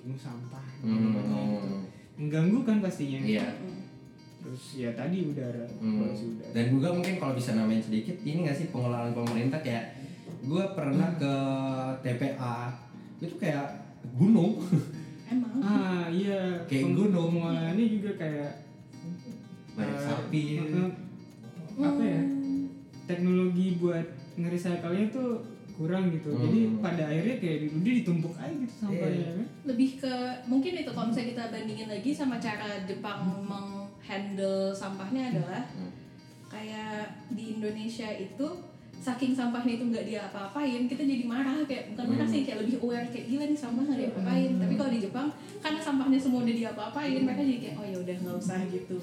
Speaker 2: penuh sampah. gitu.
Speaker 3: Hmm.
Speaker 2: Mengganggu kan pastinya.
Speaker 3: iya
Speaker 4: Mm.
Speaker 2: Terus ya tadi udara,
Speaker 3: Hmm.
Speaker 2: polusi udara.
Speaker 3: Dan juga mungkin kalau bisa namain sedikit, ini nggak sih pengelolaan pemerintah kayak gue pernah ke TPA itu kayak gunung.
Speaker 4: emang
Speaker 2: Ah iya,
Speaker 3: Kayak
Speaker 2: peng-
Speaker 3: gunung.
Speaker 2: pengolahannya juga kayak
Speaker 3: Banyak
Speaker 2: eh,
Speaker 3: sapi.
Speaker 2: eh,
Speaker 4: Hmm,
Speaker 2: apa ya? Teknologi buat nge-recycle-nya tuh kurang gitu.
Speaker 3: Hmm.
Speaker 2: Jadi pada akhirnya kayak di- udah ditumpuk aja gitu sampahnya
Speaker 3: Iya.
Speaker 2: kan.
Speaker 4: lebih ke mungkin itu kalau misalnya kita bandingin lagi sama cara Jepang menghandle sampahnya adalah
Speaker 3: Hmm.
Speaker 4: kayak di Indonesia itu saking sampahnya itu nggak dia apa-apain kita jadi marah kayak bukan marah
Speaker 3: Hmm.
Speaker 4: sih kayak lebih aware kayak gila nih sampah nggak diapa-apain tapi kalau di Jepang karena sampahnya semua udah diapa-apain
Speaker 3: Hmm.
Speaker 4: mereka jadi kayak oh ya udah nggak usah gitu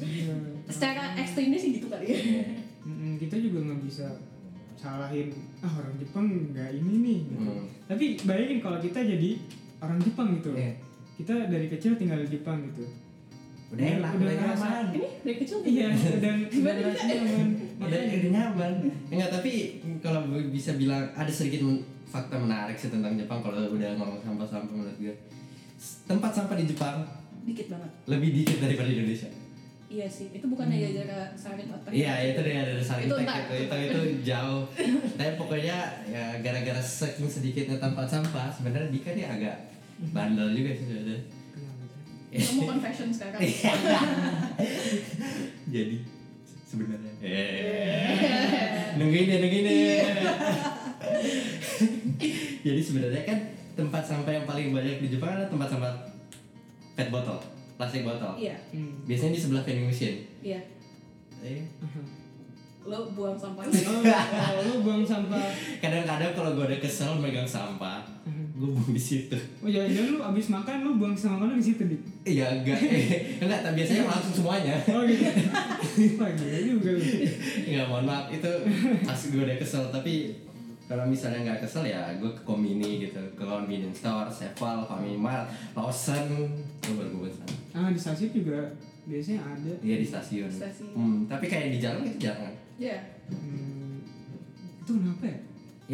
Speaker 2: Iya.
Speaker 4: secara ekstrimnya sih gitu kali ya
Speaker 3: Hmm.
Speaker 2: Mm-mm, kita juga nggak bisa salahin ah orang Jepang nggak ini nih gitu.
Speaker 3: Hmm.
Speaker 2: Tapi bayangin kalau kita jadi orang Jepang gitu.
Speaker 3: Iya.
Speaker 2: Kita dari kecil tinggal di Jepang gitu.
Speaker 3: Udah enak,
Speaker 2: Udah
Speaker 3: udah
Speaker 2: ngerasa-
Speaker 3: nyaman.
Speaker 4: ini dari kecil tuh.
Speaker 2: Iya, dan dan rasanya aman.
Speaker 3: Udah
Speaker 2: Iya.
Speaker 3: udah nyaman. Enggak, tapi kalau gua bisa bilang ada sedikit men- fakta menarik sih tentang Jepang kalau udah ngomong sampah-sampah menurut gue. Tempat sampah di Jepang
Speaker 4: dikit banget
Speaker 3: lebih dikit daripada Indonesia.
Speaker 4: iya sih itu bukan hanya gara saring otak
Speaker 3: Hmm. Iya itu dia ada dasar
Speaker 4: Itu
Speaker 3: impact itu,
Speaker 4: ntar.
Speaker 3: itu itu jauh. Tapi pokoknya ya gara-gara saking sedikitnya tempat sampah sebenarnya Dika dia agak bandel juga sih sebenarnya.
Speaker 4: kamu confession sekarang
Speaker 3: Iya. Jadi sebenarnya. Eh. Nungguin deh, nungguin deh.
Speaker 4: Iya.
Speaker 3: Jadi sebenarnya kan tempat sampah yang paling banyak di Jepang adalah tempat sampah PET botol, plastik botol.
Speaker 4: iya
Speaker 2: Hmm.
Speaker 3: Biasanya di sebelah vending machine.
Speaker 4: iya
Speaker 3: Eh,
Speaker 4: lo buang sampah
Speaker 2: Oh, kalau lu buang sampah
Speaker 3: Kadang-kadang kalau gue udah kesel megang sampah,
Speaker 4: Mhm.
Speaker 3: gue buang di situ.
Speaker 2: Oh jangan-jangan lu abis makan lu buang sama lu di situ di.
Speaker 3: Iya enggak, eh, enggak, tapi biasanya langsung semuanya.
Speaker 2: Oh gitu. Wah gila juga lu.
Speaker 3: Enggak, mohon maaf itu pas gue udah kesel tapi kalau misalnya nggak kesel ya gue ke Komini gitu, ke convenience store, Seval, Famimart, Lawson, gue baru gue pesan.
Speaker 2: Ah di stasiun juga biasanya ada.
Speaker 3: Iya di stasiun.
Speaker 4: Stasiun.
Speaker 3: Hmm, tapi kayak di jalan itu jarang.
Speaker 4: ya
Speaker 2: Hmm, itu kenapa ya?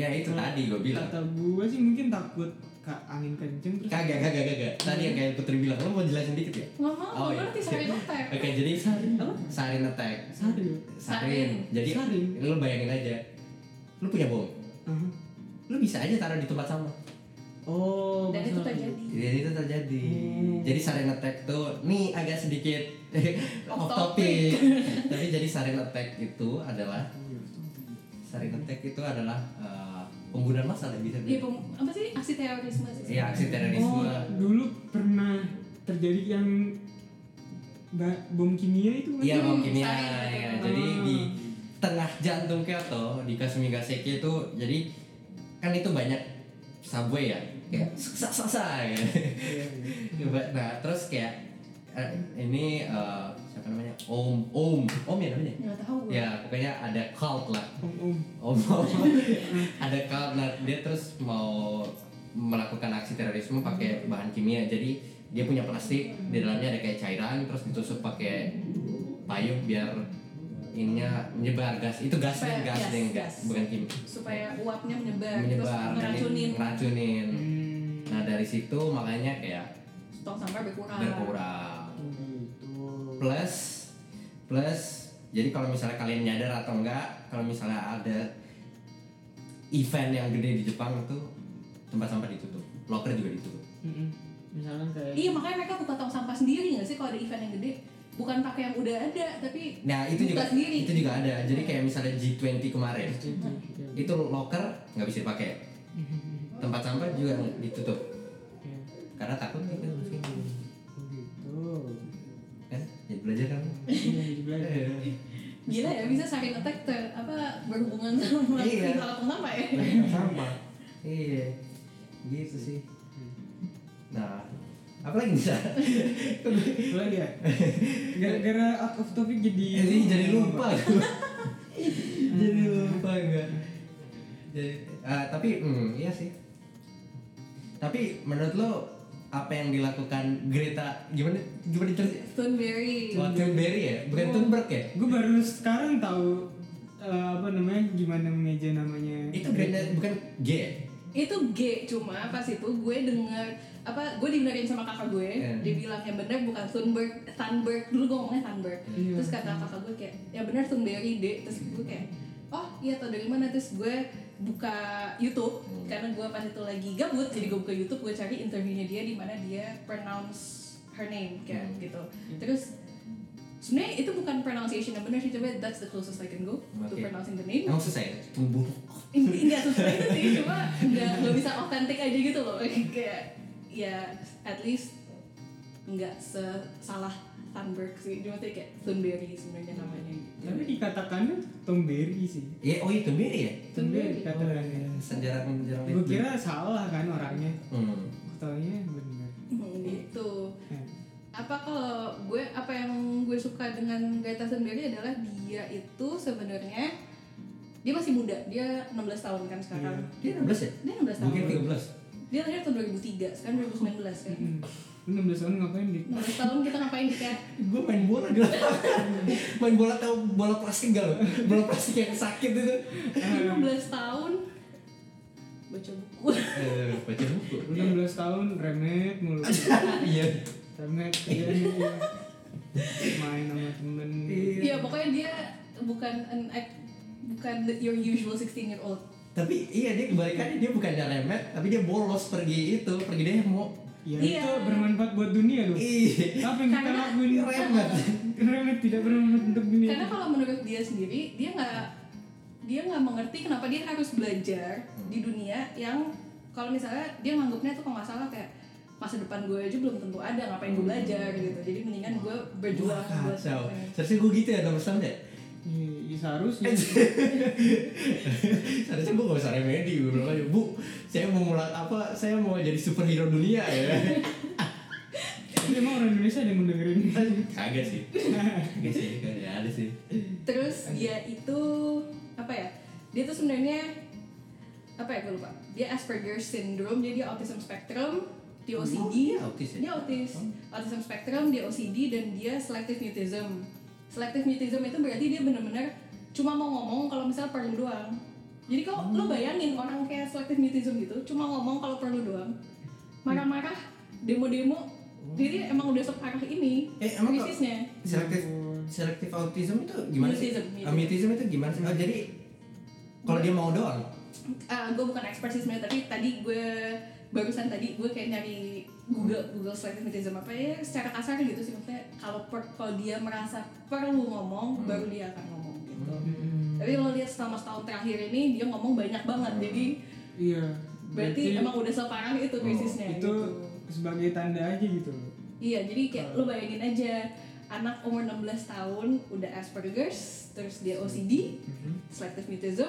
Speaker 3: Ya itu tadi gue bilang.
Speaker 2: Kata gue sih mungkin takut ke angin kenceng terus.
Speaker 3: Kagak, kagak, kagak. Tadi yang kayak Putri bilang, lo mau jelasin dikit ya?
Speaker 4: nggak mau
Speaker 3: Oh,
Speaker 4: nggak
Speaker 3: iya.
Speaker 4: ngerti saring otak
Speaker 3: Oke, jadi sarin, sarin attack.
Speaker 2: Sari.
Speaker 3: Sarin. Jadi
Speaker 2: Sarin.
Speaker 3: lo bayangin aja, lo punya bom,
Speaker 2: Aha.
Speaker 3: lo bisa aja taruh di tempat sama.
Speaker 2: Oh.
Speaker 4: dan itu
Speaker 2: masalah.
Speaker 4: terjadi
Speaker 3: Jadi itu terjadi.
Speaker 2: Hmm.
Speaker 3: Jadi sarin attack tuh, nih agak sedikit
Speaker 4: Off
Speaker 3: off topic.
Speaker 4: topic.
Speaker 3: Iya, Tapi jadi sarin attack itu adalah sarin attack itu adalah eh, pembunuhan Oh. massal yang bisa
Speaker 4: iya
Speaker 3: dibilang.
Speaker 4: pem- apa sih aksi terorisme sih
Speaker 3: Iya aksi terorisme.
Speaker 2: Oh dulu pernah terjadi yang ba- bom kimia itu kan?
Speaker 3: Iya
Speaker 4: Hmm,
Speaker 3: mungkin ya,
Speaker 4: saya gitu.
Speaker 3: ya. Jadi
Speaker 2: Ah.
Speaker 3: di tengah jantung Kyoto di Kasumigaseki itu jadi kan itu banyak subway ya kayak sasa sasa
Speaker 2: Iya, iya.
Speaker 3: nah terus kayak eh, ini eh, siapa namanya Om Om Om ya namanya
Speaker 4: nggak tahu gue.
Speaker 3: ya pokoknya ada cult lah
Speaker 2: Om om.
Speaker 3: Om Om ada cult nah dia terus mau melakukan aksi terorisme pakai bahan kimia jadi dia punya plastik di dalamnya ada kayak cairan terus ditusuk pakai payung biar ininya menyebar gas itu gasnya
Speaker 4: Supaya-
Speaker 3: gas
Speaker 4: gas,
Speaker 3: yang
Speaker 4: gas.
Speaker 3: gas bukan kimia
Speaker 4: supaya uapnya menyebar,
Speaker 3: menyebar
Speaker 4: terus
Speaker 3: jadi
Speaker 4: ngeracunin
Speaker 3: ngeracunin
Speaker 2: Hmm.
Speaker 3: nah dari situ makanya kayak
Speaker 4: tong sampah berkurang.
Speaker 3: berkurang
Speaker 2: Oh, gitu.
Speaker 3: plus plus jadi kalau misalnya kalian nyadar atau enggak kalau misalnya ada event yang gede di Jepang itu tempat sampah ditutup locker juga ditutup
Speaker 2: Mm-mm. Misalkan kayak.
Speaker 4: Iya makanya mereka buka tong sampah sendiri nggak sih kalau ada event yang gede? Bukan pakai yang udah ada tapi
Speaker 3: nah itu
Speaker 4: Buka
Speaker 3: juga
Speaker 4: sendiri.
Speaker 3: itu juga ada jadi kayak misalnya G20 kemarin
Speaker 2: Iya.
Speaker 3: itu locker nggak bisa dipakai tempat sampah juga ditutup karena takut kan
Speaker 2: Oh, gitu.
Speaker 3: kan jadi belajar kan
Speaker 2: Iya, di belakang.
Speaker 4: gila ya bisa saking attack ter, apa berhubungan sama
Speaker 3: Iya.
Speaker 4: masalah tong sampah ya.
Speaker 3: sama iya gitu sih nah apalagi bisa
Speaker 2: Lu lagi ya? Gara-gara out of topic jadi
Speaker 3: Eh, jadi jadi lupa gua. jadi lupa enggak jadi ah, tapi hmm, iya sih tapi menurut lo apa yang dilakukan Greta gimana gimana terus
Speaker 4: Thunberry.
Speaker 3: Thunberg ya bukan Thunberg ya
Speaker 2: Gue baru sekarang tahu eh, apa namanya gimana meja namanya.
Speaker 3: itu Greta bukan G ya?
Speaker 4: itu G cuma pas itu gue denger apa gue dibenerin sama kakak gue
Speaker 3: Iya.
Speaker 4: dia bilang yang bener bukan Thunberg Thunberg dulu gue ngomongnya Thunberg
Speaker 2: Iya.
Speaker 4: terus kata kakak gue kayak ya bener Thunberry deh terus gue kayak oh iya tau dari mana terus gue buka YouTube
Speaker 3: Hmm.
Speaker 4: karena gue pas itu lagi gabut jadi gue buka YouTube gue cari interviewnya dia di mana dia pronounce her name kayak
Speaker 3: Hmm.
Speaker 4: gitu terus sebenarnya itu bukan pronunciation yang bener sih coba that's the closest I can go to
Speaker 3: Oke.
Speaker 4: pronouncing the name
Speaker 3: emang susah ya tumbuh
Speaker 4: ini nggak susah itu sih cuma nggak nggak bisa otentik aja gitu loh kayak ya at least nggak sesalah Thunberg sih cuma tuh kayak Thunberry sebenarnya namanya gitu.
Speaker 2: Tapi dikatakannya Tomberry sih.
Speaker 3: ya oh itu Thunberg ya
Speaker 2: Tomberry dikatakannya.
Speaker 4: Oh,
Speaker 3: sejarah menjarah
Speaker 4: iya.
Speaker 2: Gue kira salah kan orangnya.
Speaker 3: hmm.
Speaker 2: Taunya bener.
Speaker 4: Hmm, gitu
Speaker 2: Eh,
Speaker 4: apa kalau gue apa yang gue suka dengan Greta Thunberg adalah dia itu sebenarnya dia masih muda dia 16 tahun kan sekarang
Speaker 3: dia 16 ya
Speaker 4: dia 16 tahun
Speaker 3: mungkin 13
Speaker 4: dia lahir tahun 2003 sekarang 2019 kan
Speaker 2: mm. Lu 16 tahun ngapain di
Speaker 4: 16 tahun kita ngapain kita
Speaker 3: gue main bola di lapangan main bola tau bola plastik gak lo bola plastik yang sakit itu
Speaker 4: 15 tahun Hmm. baca buku
Speaker 3: eh baca buku
Speaker 4: Iya.
Speaker 2: Lu 16 tahun remet mulu.
Speaker 3: iya
Speaker 2: remet iya iya. Main sama temen.
Speaker 4: Iya pokoknya dia bukan an act- bukan the- your usual 16 year old
Speaker 3: tapi iya dia kebalikannya dia bukan remet tapi dia bolos pergi itu pergi demo
Speaker 2: Ya
Speaker 4: Iya.
Speaker 2: itu bermanfaat buat dunia loh.
Speaker 3: iya
Speaker 2: Tapi yang kita
Speaker 4: Karena-
Speaker 2: lakuin
Speaker 3: dia remet
Speaker 2: remet tidak bermanfaat untuk dunia.
Speaker 4: karena kalau menurut dia sendiri dia nggak dia nggak mengerti kenapa dia harus belajar di dunia yang kalau misalnya dia nganggapnya tuh kalau nggak salah kayak masa depan gue aja belum tentu ada ngapain gue belajar gitu jadi mendingan gue
Speaker 3: Wah,
Speaker 4: berjuang buat
Speaker 3: kacau seharusnya gue gitu ya nomor tahun ya
Speaker 2: Iya, iya, seharusnya.
Speaker 3: seharusnya gue gak usah remedi gue bilang aja bu saya mau mulai apa saya mau jadi superhero dunia ya
Speaker 2: Tapi emang orang Indonesia ada yang mendengerin.
Speaker 3: kagak sih kagak sih kagak ada sih
Speaker 4: terus dia itu apa ya dia tuh sebenarnya apa ya gue lupa dia Asperger syndrome jadi dia autism spectrum di
Speaker 3: Oh,
Speaker 4: OCD
Speaker 3: dia autis ya?
Speaker 4: dia autis autism spectrum dia OCD dan dia selective mutism selective mutism itu berarti dia bener-bener cuma mau ngomong kalau misalnya perlu doang jadi kalau
Speaker 3: Hmm.
Speaker 4: lo bayangin orang kayak selective mutism gitu cuma ngomong kalau perlu doang
Speaker 3: Hmm.
Speaker 4: marah-marah demo-demo jadi emang udah separah ini
Speaker 3: Oh. Eh, emang kok-
Speaker 4: krisisnya
Speaker 3: selektif selektif autism itu gimana sih?
Speaker 4: Mutism, mutism.
Speaker 3: Ah, mutism itu gimana sih? Oh, jadi kalau dia mau doang.
Speaker 4: Ah, gue bukan expert sih sebenarnya tapi tadi gue barusan tadi gue kayak nyari Google Google selective mutism apa ya secara kasar gitu sih maksudnya kalau per- kalau dia merasa perlu ngomong baru dia akan ngomong gitu tapi lo lihat selama setahun terakhir ini dia ngomong banyak banget jadi
Speaker 2: Iya.
Speaker 4: Hmm. berarti emang udah separah itu
Speaker 2: itu
Speaker 4: krisisnya gitu.
Speaker 2: sebagai tanda aja gitu.
Speaker 4: Iya, jadi kayak lo bayangin aja anak umur 16 tahun udah Asperger's, terus dia OCD, selective mutism,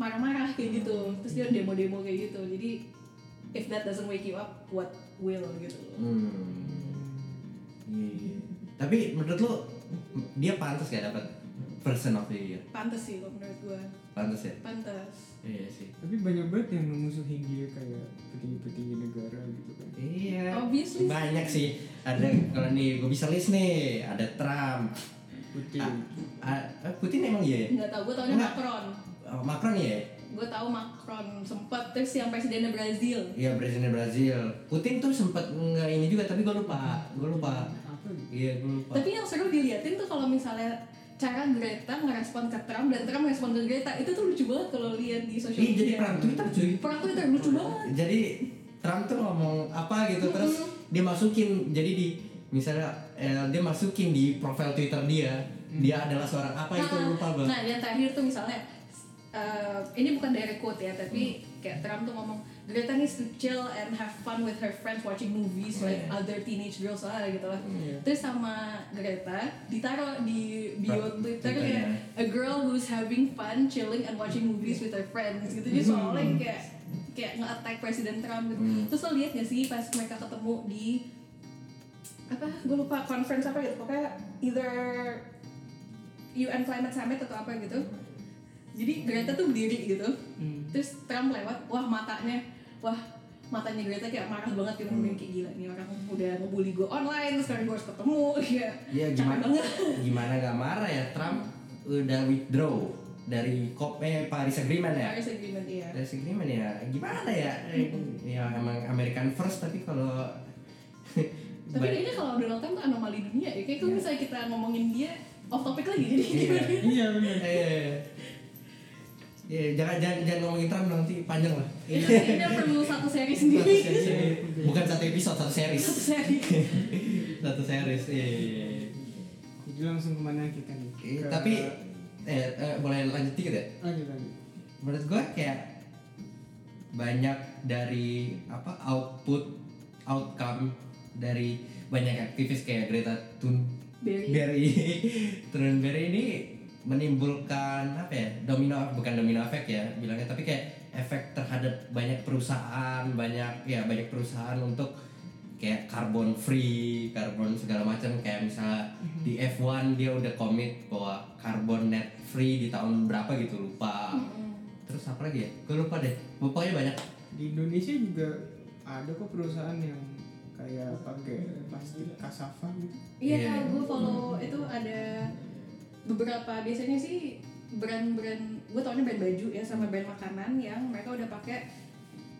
Speaker 4: marah-marah kayak gitu, terus dia demo-demo kayak gitu. Jadi if that doesn't wake you up, what will gitu.
Speaker 3: Hmm. Iya, iya. Tapi menurut lo dia pantas gak dapat person of the year?
Speaker 4: Pantes sih kalau menurut gue,
Speaker 3: Pantas ya?
Speaker 4: pantes.
Speaker 3: Iya sih.
Speaker 2: tapi banyak banget yang memusuhi dia kayak petinggi-petinggi negara gitu kan
Speaker 3: Iya.
Speaker 4: Obviously.
Speaker 3: Banyak sih. Ada kalau nih gue bisa list nih, ada Trump.
Speaker 2: Putin
Speaker 3: A- a- eh, Putin emang iya ya?
Speaker 4: Nggak tahu, gue taunya
Speaker 3: Nggak.
Speaker 4: Macron.
Speaker 3: Oh, Macron iya ya?
Speaker 4: Gue tahu Macron sempet terus yang presidennya Brazil.
Speaker 3: Iya presiden Brazil. Putin tuh sempet nggak ini juga tapi gue lupa, gue lupa.
Speaker 2: apa gitu
Speaker 3: Iya gue lupa.
Speaker 4: Tapi yang seru diliatin tuh kalau misalnya cara Greta ngerespon ke Trump dan Trump ngerespon ke Greta itu tuh lucu banget kalau lihat di sosial
Speaker 3: Iya
Speaker 4: media.
Speaker 3: jadi perang Twitter cuy. Oh, iya.
Speaker 4: Perang Twitter lucu banget.
Speaker 3: Jadi Trump tuh ngomong apa gitu terus dia masukin jadi di misalnya eh, dia masukin di profil Twitter dia dia adalah seorang apa itu
Speaker 4: Nah,
Speaker 3: lupa banget.
Speaker 4: Mm. Nah, yang terakhir tuh misalnya eh, ini bukan direct quote ya, tapi kayak Trump tuh ngomong Greta needs to chill and have fun with her friends watching movies like
Speaker 3: Yeah.
Speaker 4: other teenage girls lah gitu lah.
Speaker 3: Oh,
Speaker 2: Iya.
Speaker 4: Terus sama Greta ditaruh di bio
Speaker 3: Ba-
Speaker 4: Twitter
Speaker 3: Twitter,
Speaker 4: kayak a girl who's having fun chilling and watching movies with her friends gitu. Jadi soalnya kayak kayak nge-attack Presiden Trump gitu.
Speaker 3: Hmm.
Speaker 4: Terus lo lihat gak sih pas mereka ketemu di apa gue lupa conference apa gitu pokoknya either UN Climate Summit atau apa gitu
Speaker 3: Mm-hmm.
Speaker 4: jadi Greta tuh berdiri gitu
Speaker 2: Hmm.
Speaker 3: Mm.
Speaker 4: terus Trump lewat wah matanya wah matanya Greta kayak marah banget gitu
Speaker 3: Hmm.
Speaker 4: kayak gila nih orang udah ngebully gue online terus sekarang gue harus ketemu ya
Speaker 3: Iya
Speaker 4: capek
Speaker 3: gimana
Speaker 4: banget
Speaker 3: gimana gak marah ya Trump udah withdraw dari COP eh, Paris Agreement ya.
Speaker 4: Paris Agreement iya
Speaker 3: Paris Agreement ya gimana ya? Eh, Ya emang American first tapi kalau
Speaker 4: tapi kayaknya kalau Donald Trump tuh anomali dunia ya kayak kalau
Speaker 3: Iya.
Speaker 4: misalnya kita ngomongin dia off topic lagi jadi
Speaker 3: Iya.
Speaker 4: gimana
Speaker 2: iya benar
Speaker 3: eh ya, jangan jangan jangan ngomongin Trump nanti panjang lah.
Speaker 4: Iya, kayaknya perlu satu seri
Speaker 3: Satu
Speaker 4: sendiri
Speaker 3: series, iya. Bukan satu episode, satu series.
Speaker 4: satu seri
Speaker 3: satu series. Iya. iya, iya.
Speaker 2: jadi langsung kemana kita nih
Speaker 3: Eh,
Speaker 2: Ke-
Speaker 3: Tapi eh, eh, boleh lanjut dikit ya?
Speaker 2: lanjut lanjut
Speaker 3: Menurut gue kayak banyak dari apa output outcome dari banyak aktivis kayak Greta Thun
Speaker 4: Berry
Speaker 3: Berry Thunberry ini menimbulkan apa ya domino bukan domino efek ya bilangnya tapi kayak efek terhadap banyak perusahaan banyak ya banyak perusahaan untuk kayak carbon free carbon segala macam kayak misalnya di F1 dia udah komit bahwa carbon net free di tahun berapa gitu lupa terus apa lagi ya gue lupa deh pokoknya banyak
Speaker 2: di Indonesia juga ada kok perusahaan yang kayak pakai plastik kasava gitu
Speaker 4: Iya
Speaker 3: Iya.
Speaker 4: tahu gue follow itu ada beberapa biasanya sih brand-brand gue taunya brand baju ya sama brand makanan yang mereka udah pakai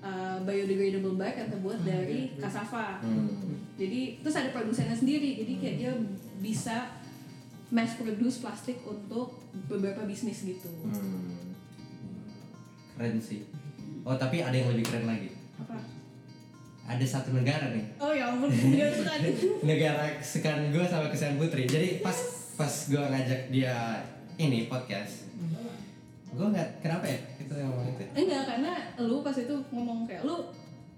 Speaker 4: uh, biodegradable bag yang terbuat
Speaker 3: Ah, iya,
Speaker 4: dari cassava.
Speaker 3: Hmm.
Speaker 4: Jadi terus ada produsennya sendiri jadi kayak dia bisa mass produce plastik untuk beberapa bisnis gitu.
Speaker 3: Hmm. keren sih oh tapi ada yang lebih keren lagi
Speaker 4: Apa?
Speaker 3: ada satu negara nih
Speaker 4: Oh ya ampun, dia suka
Speaker 3: negara kesukaan gue sama kesukaan Putri jadi pas pas gue ngajak dia ini podcast gue nggak kenapa ya kita ngomong itu
Speaker 4: Enggak, Iya, karena lu pas itu ngomong kayak lu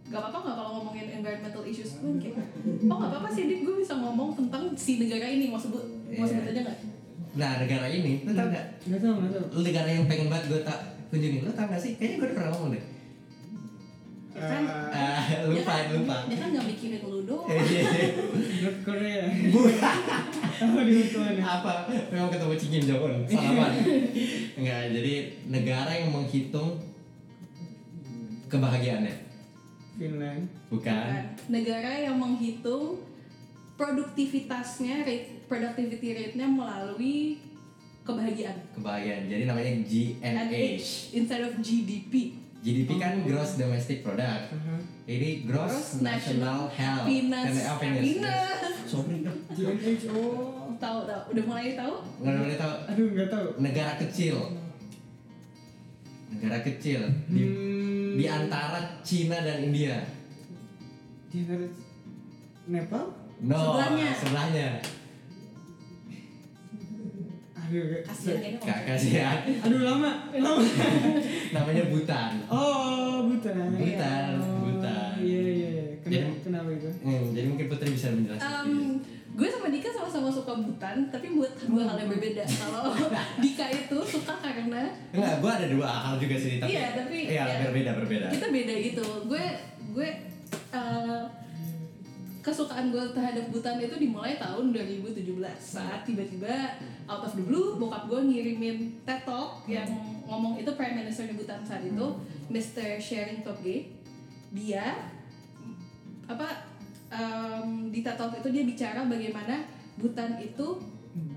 Speaker 4: gak apa-apa nggak kalau ngomongin environmental issues pun kayak oh gak apa-apa sih dit gue bisa ngomong tentang si negara ini mau sebut mau
Speaker 3: Iya.
Speaker 4: sebut aja nggak
Speaker 3: nah negara ini lu tau gak
Speaker 2: nggak tahu nggak tahu
Speaker 3: negara yang pengen banget gue tak kunjungi lu tau gak sih kayaknya gue udah pernah ngomong deh
Speaker 4: ya kan
Speaker 2: Eh,
Speaker 3: Ah, lupa
Speaker 4: ya kan,
Speaker 3: lupa Iya.
Speaker 4: dia kan nggak mikirin lu doang
Speaker 2: Eh, North Korea
Speaker 3: Bukan.
Speaker 2: apa di mana
Speaker 3: apa memang ketemu cingin jauh salaman nggak jadi negara yang menghitung kebahagiaannya
Speaker 2: Finland
Speaker 4: Kan?
Speaker 3: bukan
Speaker 4: negara yang menghitung produktivitasnya rate productivity rate-nya melalui kebahagiaan
Speaker 3: kebahagiaan jadi namanya GNH
Speaker 4: NH instead of GDP
Speaker 3: GDP kan gross domestic product.
Speaker 2: Aha.
Speaker 3: Ini gross, national, health
Speaker 4: happiness
Speaker 3: and
Speaker 4: happiness
Speaker 3: Sorry, dong.
Speaker 2: GNHO
Speaker 4: tahu tahu udah mulai tahu
Speaker 3: nggak boleh tahu.
Speaker 2: aduh nggak tahu
Speaker 3: Negara kecil. Negara kecil di,
Speaker 2: hmm,
Speaker 3: di antara Cina dan India.
Speaker 2: di antara Nepal
Speaker 3: No,
Speaker 4: Sebelahnya.
Speaker 3: sebelahnya.
Speaker 2: aduh nggak-
Speaker 3: Iya,
Speaker 4: kasihan kayaknya kalau-
Speaker 3: Kakak sih ya.
Speaker 2: aduh lama lama
Speaker 3: Namanya Butan.
Speaker 2: oh buta
Speaker 3: Butan, Butan.
Speaker 2: iya iya iya Kena-
Speaker 3: Jadi-
Speaker 2: kenapa itu
Speaker 3: Hmm, jadi mungkin Putri bisa menjelaskan.
Speaker 4: Um, gue sama Dika sama-sama ketakutan tapi buat dua hal yang berbeda kalau Dika itu suka karena
Speaker 3: Enggak, gue ada dua hal juga sih tapi
Speaker 4: Iya, tapi-
Speaker 3: iya,
Speaker 4: iya.
Speaker 3: berbeda berbeda.
Speaker 4: kita beda gitu gue gue eh, kesukaan gue terhadap Butan itu dimulai tahun 2017 saat tiba-tiba out of the blue bokap gue ngirimin TED Talk yang ngomong itu Prime Minister di Butan saat itu Mr. Sharing Topge dia apa em, di TED Talk itu dia bicara bagaimana Butan itu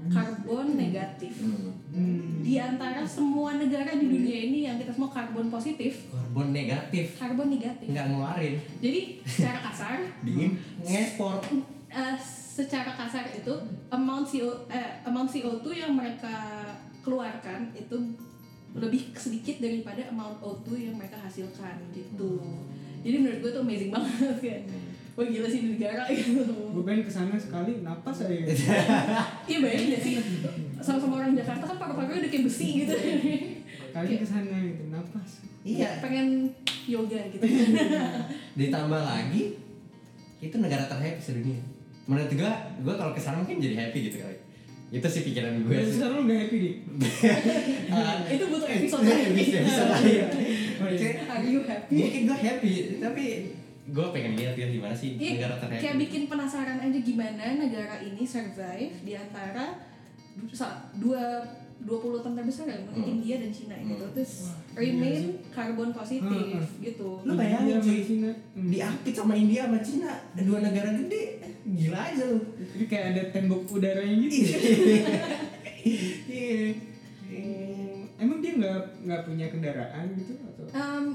Speaker 4: karbon negatif
Speaker 3: Hmm.
Speaker 2: Hmm.
Speaker 4: di antara semua negara di dunia ini yang kita semua karbon positif
Speaker 3: Karbon negatif,
Speaker 4: karbon negatif
Speaker 3: nggak ngeluarin,
Speaker 4: Jadi secara kasar,
Speaker 3: dingin, ngekspor.
Speaker 4: eh, secara kasar itu amount CO eh, amount CO2 yang mereka keluarkan itu lebih sedikit daripada amount O2 yang mereka hasilkan gitu. Jadi menurut gue tuh amazing banget kayak Wah gila sih ini negara gitu
Speaker 2: Gue pengen kesana sekali, napas ya. aja.
Speaker 4: Iya bayangin gak sih Sama-sama orang Jakarta kan paru-parunya udah kayak besi gitu
Speaker 2: Kali kesana gitu, napas.
Speaker 3: Iya,
Speaker 4: Pengen yoga gitu
Speaker 3: ditambah lagi itu negara terhappy sedunia. Menurut gue, gue kalau kesana mungkin jadi happy gitu kali. Itu sih pikiran gue sih.
Speaker 2: Terus lu gak happy deh.
Speaker 3: Ah,
Speaker 4: Iya, Itu butuh episode
Speaker 3: bisa, eh,
Speaker 4: Iya.
Speaker 3: bisa, bisa lagi.
Speaker 2: Oke.
Speaker 4: Are you happy?
Speaker 3: Mungkin gue happy, tapi gue pengen lihat ya gimana sih
Speaker 4: Iya,
Speaker 3: negara gitu. terhappy.
Speaker 4: kayak bikin penasaran aja gimana negara ini survive di antara du- sa- dua 20 terbesar ya,
Speaker 3: Hmm.
Speaker 4: India dan Cina
Speaker 3: Hmm.
Speaker 4: gitu. Terus
Speaker 2: Wah,
Speaker 4: remain karbon positif
Speaker 2: Hmm,
Speaker 4: gitu.
Speaker 3: Lu bayangin,
Speaker 2: Iya,
Speaker 3: cuy.
Speaker 2: Cina. Hmm.
Speaker 3: diapit sama India sama Cina dua negara gede gila aja lu
Speaker 2: Jadi kayak ada tembok udaranya gitu. Iya. Hmm, Emang dia nggak nggak punya kendaraan gitu atau?
Speaker 4: Em,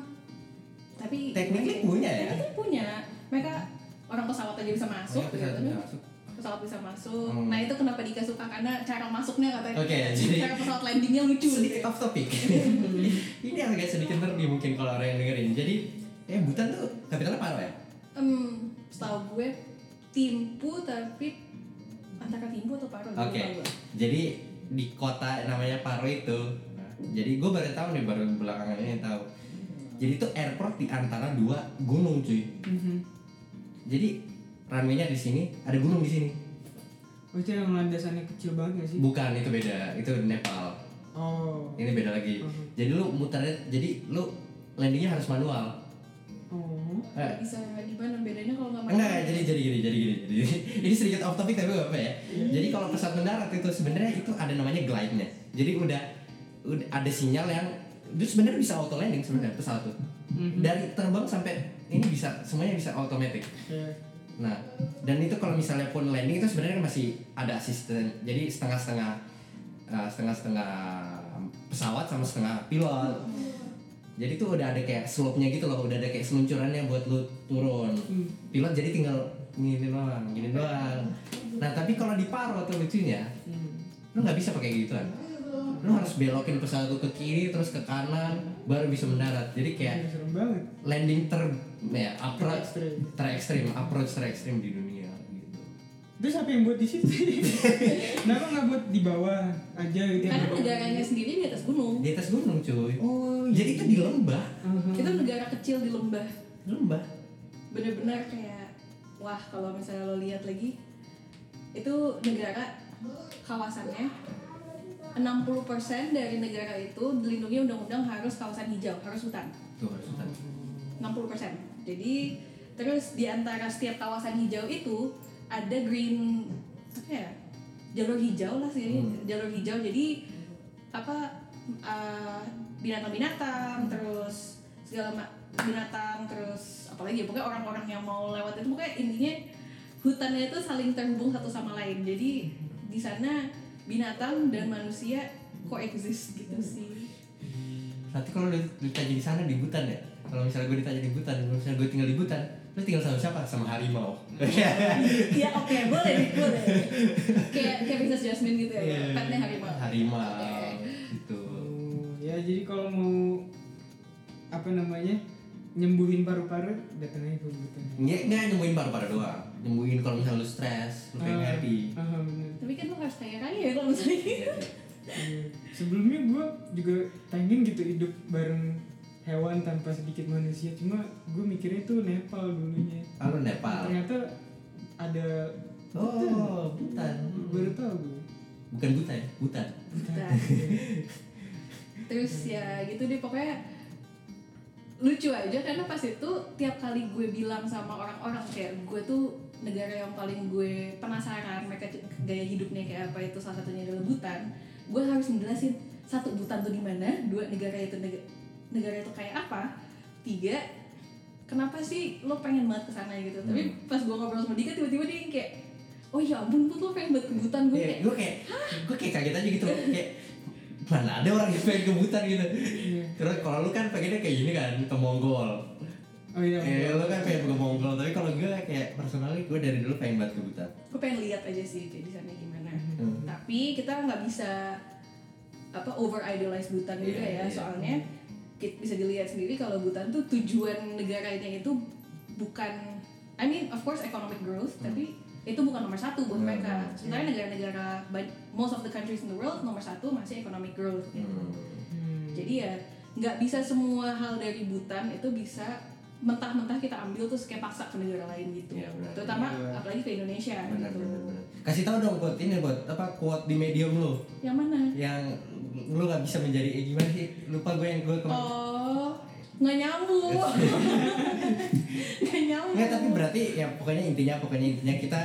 Speaker 4: tapi
Speaker 3: Technically punya ya?
Speaker 4: Technically punya. Mereka orang pesawat aja bisa masuk
Speaker 3: Oke,
Speaker 4: gitu.
Speaker 3: bisa- bisa
Speaker 4: Tapi
Speaker 3: masuk. ya.
Speaker 4: pesawat bisa masuk.
Speaker 3: Hmm.
Speaker 4: Nah, itu kenapa Dika suka karena cara masuknya katanya.
Speaker 3: Oke, jadi-
Speaker 4: cara pesawat landingnya lucu. gitu.
Speaker 3: sedikit off topic ini agak sedikit nerdy mungkin kalau orang yang dengerin jadi eh Butan tuh kapitalnya Paro ya
Speaker 4: Hmm, setahu gue timpu tapi antara timpu atau paro
Speaker 3: oke Eh. jadi di kota namanya Paro itu jadi gue baru tahu nih baru belakangan ini tahu jadi tuh airport di antara dua gunung cuy jadi runway-nya di sini ada gunung di sini
Speaker 2: Oh itu yang landasannya kecil banget gak sih?
Speaker 3: bukan itu beda itu Nepal
Speaker 2: Oh.
Speaker 3: ini beda lagi
Speaker 2: Mhm.
Speaker 3: jadi lu muternya jadi lu landingnya harus manual
Speaker 2: Oh.
Speaker 3: Eh,
Speaker 4: bisa gimana bedanya kalau nggak
Speaker 3: enggak enggak, Nah, jadi jadi gini jadi gini jadi ini sedikit off topic tapi gak apa ya jadi kalau pesawat mendarat itu sebenarnya itu ada namanya glide nya jadi udah udah ada sinyal yang itu sebenarnya bisa auto landing sebenarnya pesawat tuh
Speaker 2: Mhm.
Speaker 3: dari terbang sampai ini bisa semuanya bisa automatic
Speaker 2: Iya.
Speaker 3: Nah, dan itu kalau misalnya pun landing itu sebenarnya kan masih ada asisten. Jadi setengah-setengah eh, setengah-setengah pesawat sama setengah pilot. Jadi tuh udah ada kayak slope-nya gitu loh, udah ada kayak seluncurannya buat lu turun.
Speaker 2: Hmm.
Speaker 3: Pilot jadi tinggal gini doang, gini doang. Nah, tapi kalau di Paro tuh lucunya,
Speaker 2: Hmm.
Speaker 3: lu nggak bisa pakai gituan. Lu harus belokin pesawat lu ke kiri terus ke kanan baru bisa mendarat. Jadi kayak
Speaker 2: Iya, Serem banget.
Speaker 3: landing ter ya approach
Speaker 2: Terextrem.
Speaker 3: terextrem approach terextrem di dunia gitu
Speaker 2: Terus siapa yang buat di situ? Kenapa nggak buat di bawah aja gitu?
Speaker 4: karena negaranya sendiri di atas gunung
Speaker 3: di atas gunung cuy iya.
Speaker 2: Oh.
Speaker 3: jadi itu di lembah
Speaker 2: Mhm.
Speaker 4: itu negara kecil di lembah
Speaker 3: lembah
Speaker 4: bener-bener kayak wah kalau misalnya lo lihat lagi itu negara kawasannya 60% dari negara itu dilindungi undang-undang harus kawasan hijau, harus hutan.
Speaker 3: tuh harus hutan
Speaker 4: 60%. Jadi terus di antara setiap kawasan hijau itu ada green apa ya? Jalur hijau lah sih,
Speaker 3: Hmm.
Speaker 4: jalur hijau. Jadi apa eh, binatang-binatang terus segala ma- binatang terus apalagi ya pokoknya orang-orang yang mau lewat itu pokoknya intinya hutannya itu saling terhubung satu sama lain. Jadi di sana binatang dan manusia coexist gitu sih.
Speaker 3: nanti kalau lu ditanya di sana di hutan ya kalau misalnya gue ditanya di hutan kalau misalnya gue tinggal di hutan lu tinggal sama siapa sama harimau
Speaker 4: Iya oke boleh boleh. Kayak kayak Princess Jasmine gitu ya.
Speaker 3: Iya.
Speaker 4: Petnya harimau.
Speaker 3: harimau
Speaker 4: Oke.
Speaker 3: gitu
Speaker 2: Oh, ya jadi kalau mau apa namanya nyembuhin paru-paru datang aja ke hutan.
Speaker 3: nggak nggak nyembuhin paru-paru doang nyembuhin kalau misalnya lu stres lu pengen
Speaker 2: Ah,
Speaker 3: happy
Speaker 2: ah, bener.
Speaker 4: Tapi kan lu harus kaya raya ya kalau misalnya.
Speaker 3: Iya, iya.
Speaker 2: Iya. Sebelumnya gue juga pengen gitu hidup bareng hewan tanpa sedikit manusia. Cuma gue mikirnya tuh Nepal dulunya.
Speaker 3: Ah, lu Nepal
Speaker 2: Ternyata ada
Speaker 3: oh hutan
Speaker 2: baru tahu gue.
Speaker 3: bukan buta ya buta
Speaker 4: Nah, terus ya gitu deh pokoknya lucu aja karena pas itu tiap kali gue bilang sama orang-orang kayak gue tuh negara yang paling gue penasaran mereka c- gaya hidupnya kayak apa itu salah satunya adalah Butan gue harus ngejelasin satu Butan tuh gimana dua negara itu neg- negara itu kayak apa tiga kenapa sih lo pengen banget kesana gitu tapi
Speaker 3: Hmm.
Speaker 4: pas gue ngobrol sama Dika tiba-tiba dia yang kayak oh ya ampun Put, lo pengen banget ke Butan gue kayak
Speaker 3: Iya, gue kayak gue kayak kaget aja gitu kayak mana ada orang yang pengen kebutan gitu
Speaker 2: Iya.
Speaker 3: terus kalau lu kan pengennya kayak gini kan ke Mongol
Speaker 2: oh iya
Speaker 3: eh lu kan pengen ke Mongol tapi kalau gue kayak personally gue dari dulu pengen banget kebutan
Speaker 4: gue pengen lihat aja sih kayak di sana gimana
Speaker 3: Hmm.
Speaker 4: tapi kita nggak bisa apa over idolize Butan
Speaker 3: Iya,
Speaker 4: juga ya
Speaker 3: iya.
Speaker 4: soalnya kita bisa dilihat sendiri kalau Butan tuh tujuan negaranya itu bukan I mean of course economic growth tapi itu bukan nomor satu buat
Speaker 3: Hmm.
Speaker 4: mereka sebenarnya negara-negara ba- most of the countries in the world nomor satu masih economic growth gitu.
Speaker 3: Hmm.
Speaker 2: Hmm.
Speaker 4: jadi ya nggak bisa semua hal dari Butan itu bisa mentah-mentah kita ambil terus kayak paksa ke negara lain gitu
Speaker 3: Iya, benar.
Speaker 4: terutama
Speaker 2: Iya.
Speaker 4: apalagi ke Indonesia
Speaker 3: benar
Speaker 4: gitu
Speaker 3: benar benar kasih tahu dong buat ini buat apa quote di medium lu
Speaker 4: yang mana
Speaker 3: yang lu nggak bisa menjadi eh, gimana sih lupa gue yang gue kemarin
Speaker 4: Oh, nggak nyambung. nggak nyambung.
Speaker 3: Nggak, tapi berarti ya pokoknya intinya pokoknya intinya kita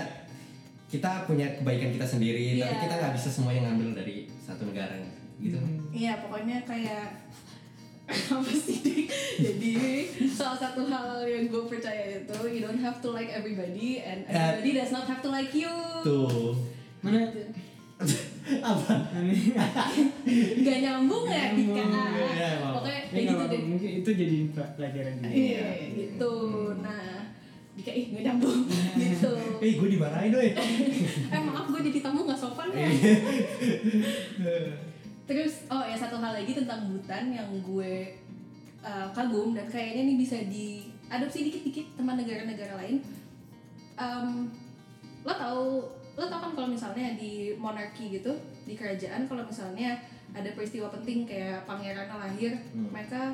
Speaker 3: kita punya kebaikan kita sendiri tapi
Speaker 4: Iya.
Speaker 3: kita nggak bisa semuanya ngambil dari satu negara gitu
Speaker 2: Hmm.
Speaker 4: Iya, pokoknya kayak apa sih? Dik? Jadi salah satu hal yang gue percaya itu you don't have to like everybody and
Speaker 3: That-
Speaker 4: everybody does not have to like you.
Speaker 3: Ya. tuh
Speaker 2: mana
Speaker 3: apa
Speaker 4: Eh,
Speaker 2: aneh
Speaker 4: Gak nyambung ya,
Speaker 2: Nggak
Speaker 4: Dika.
Speaker 2: nyambung,
Speaker 3: iya, emang.
Speaker 4: Pokoknya
Speaker 2: ya,
Speaker 4: kayak
Speaker 2: nggak
Speaker 4: gitu
Speaker 2: apa-apa.
Speaker 4: deh.
Speaker 2: mungkin itu jadi pelajaran juga
Speaker 4: Iya, gitu. Nah, Dika ih nggak nyambung gitu.
Speaker 3: eh gue dimarahin doi
Speaker 4: Eh maaf gue jadi tamu nggak sopan ya. Terus oh ya satu hal lagi tentang Butan yang gue uh, kagum dan kayaknya nih bisa diadopsi dikit-dikit teman negara-negara lain. Um, lo tahu lo tau kan kalau misalnya di monarki gitu di kerajaan kalau misalnya ada peristiwa penting kayak pangeran lahir
Speaker 3: Hmm.
Speaker 4: mereka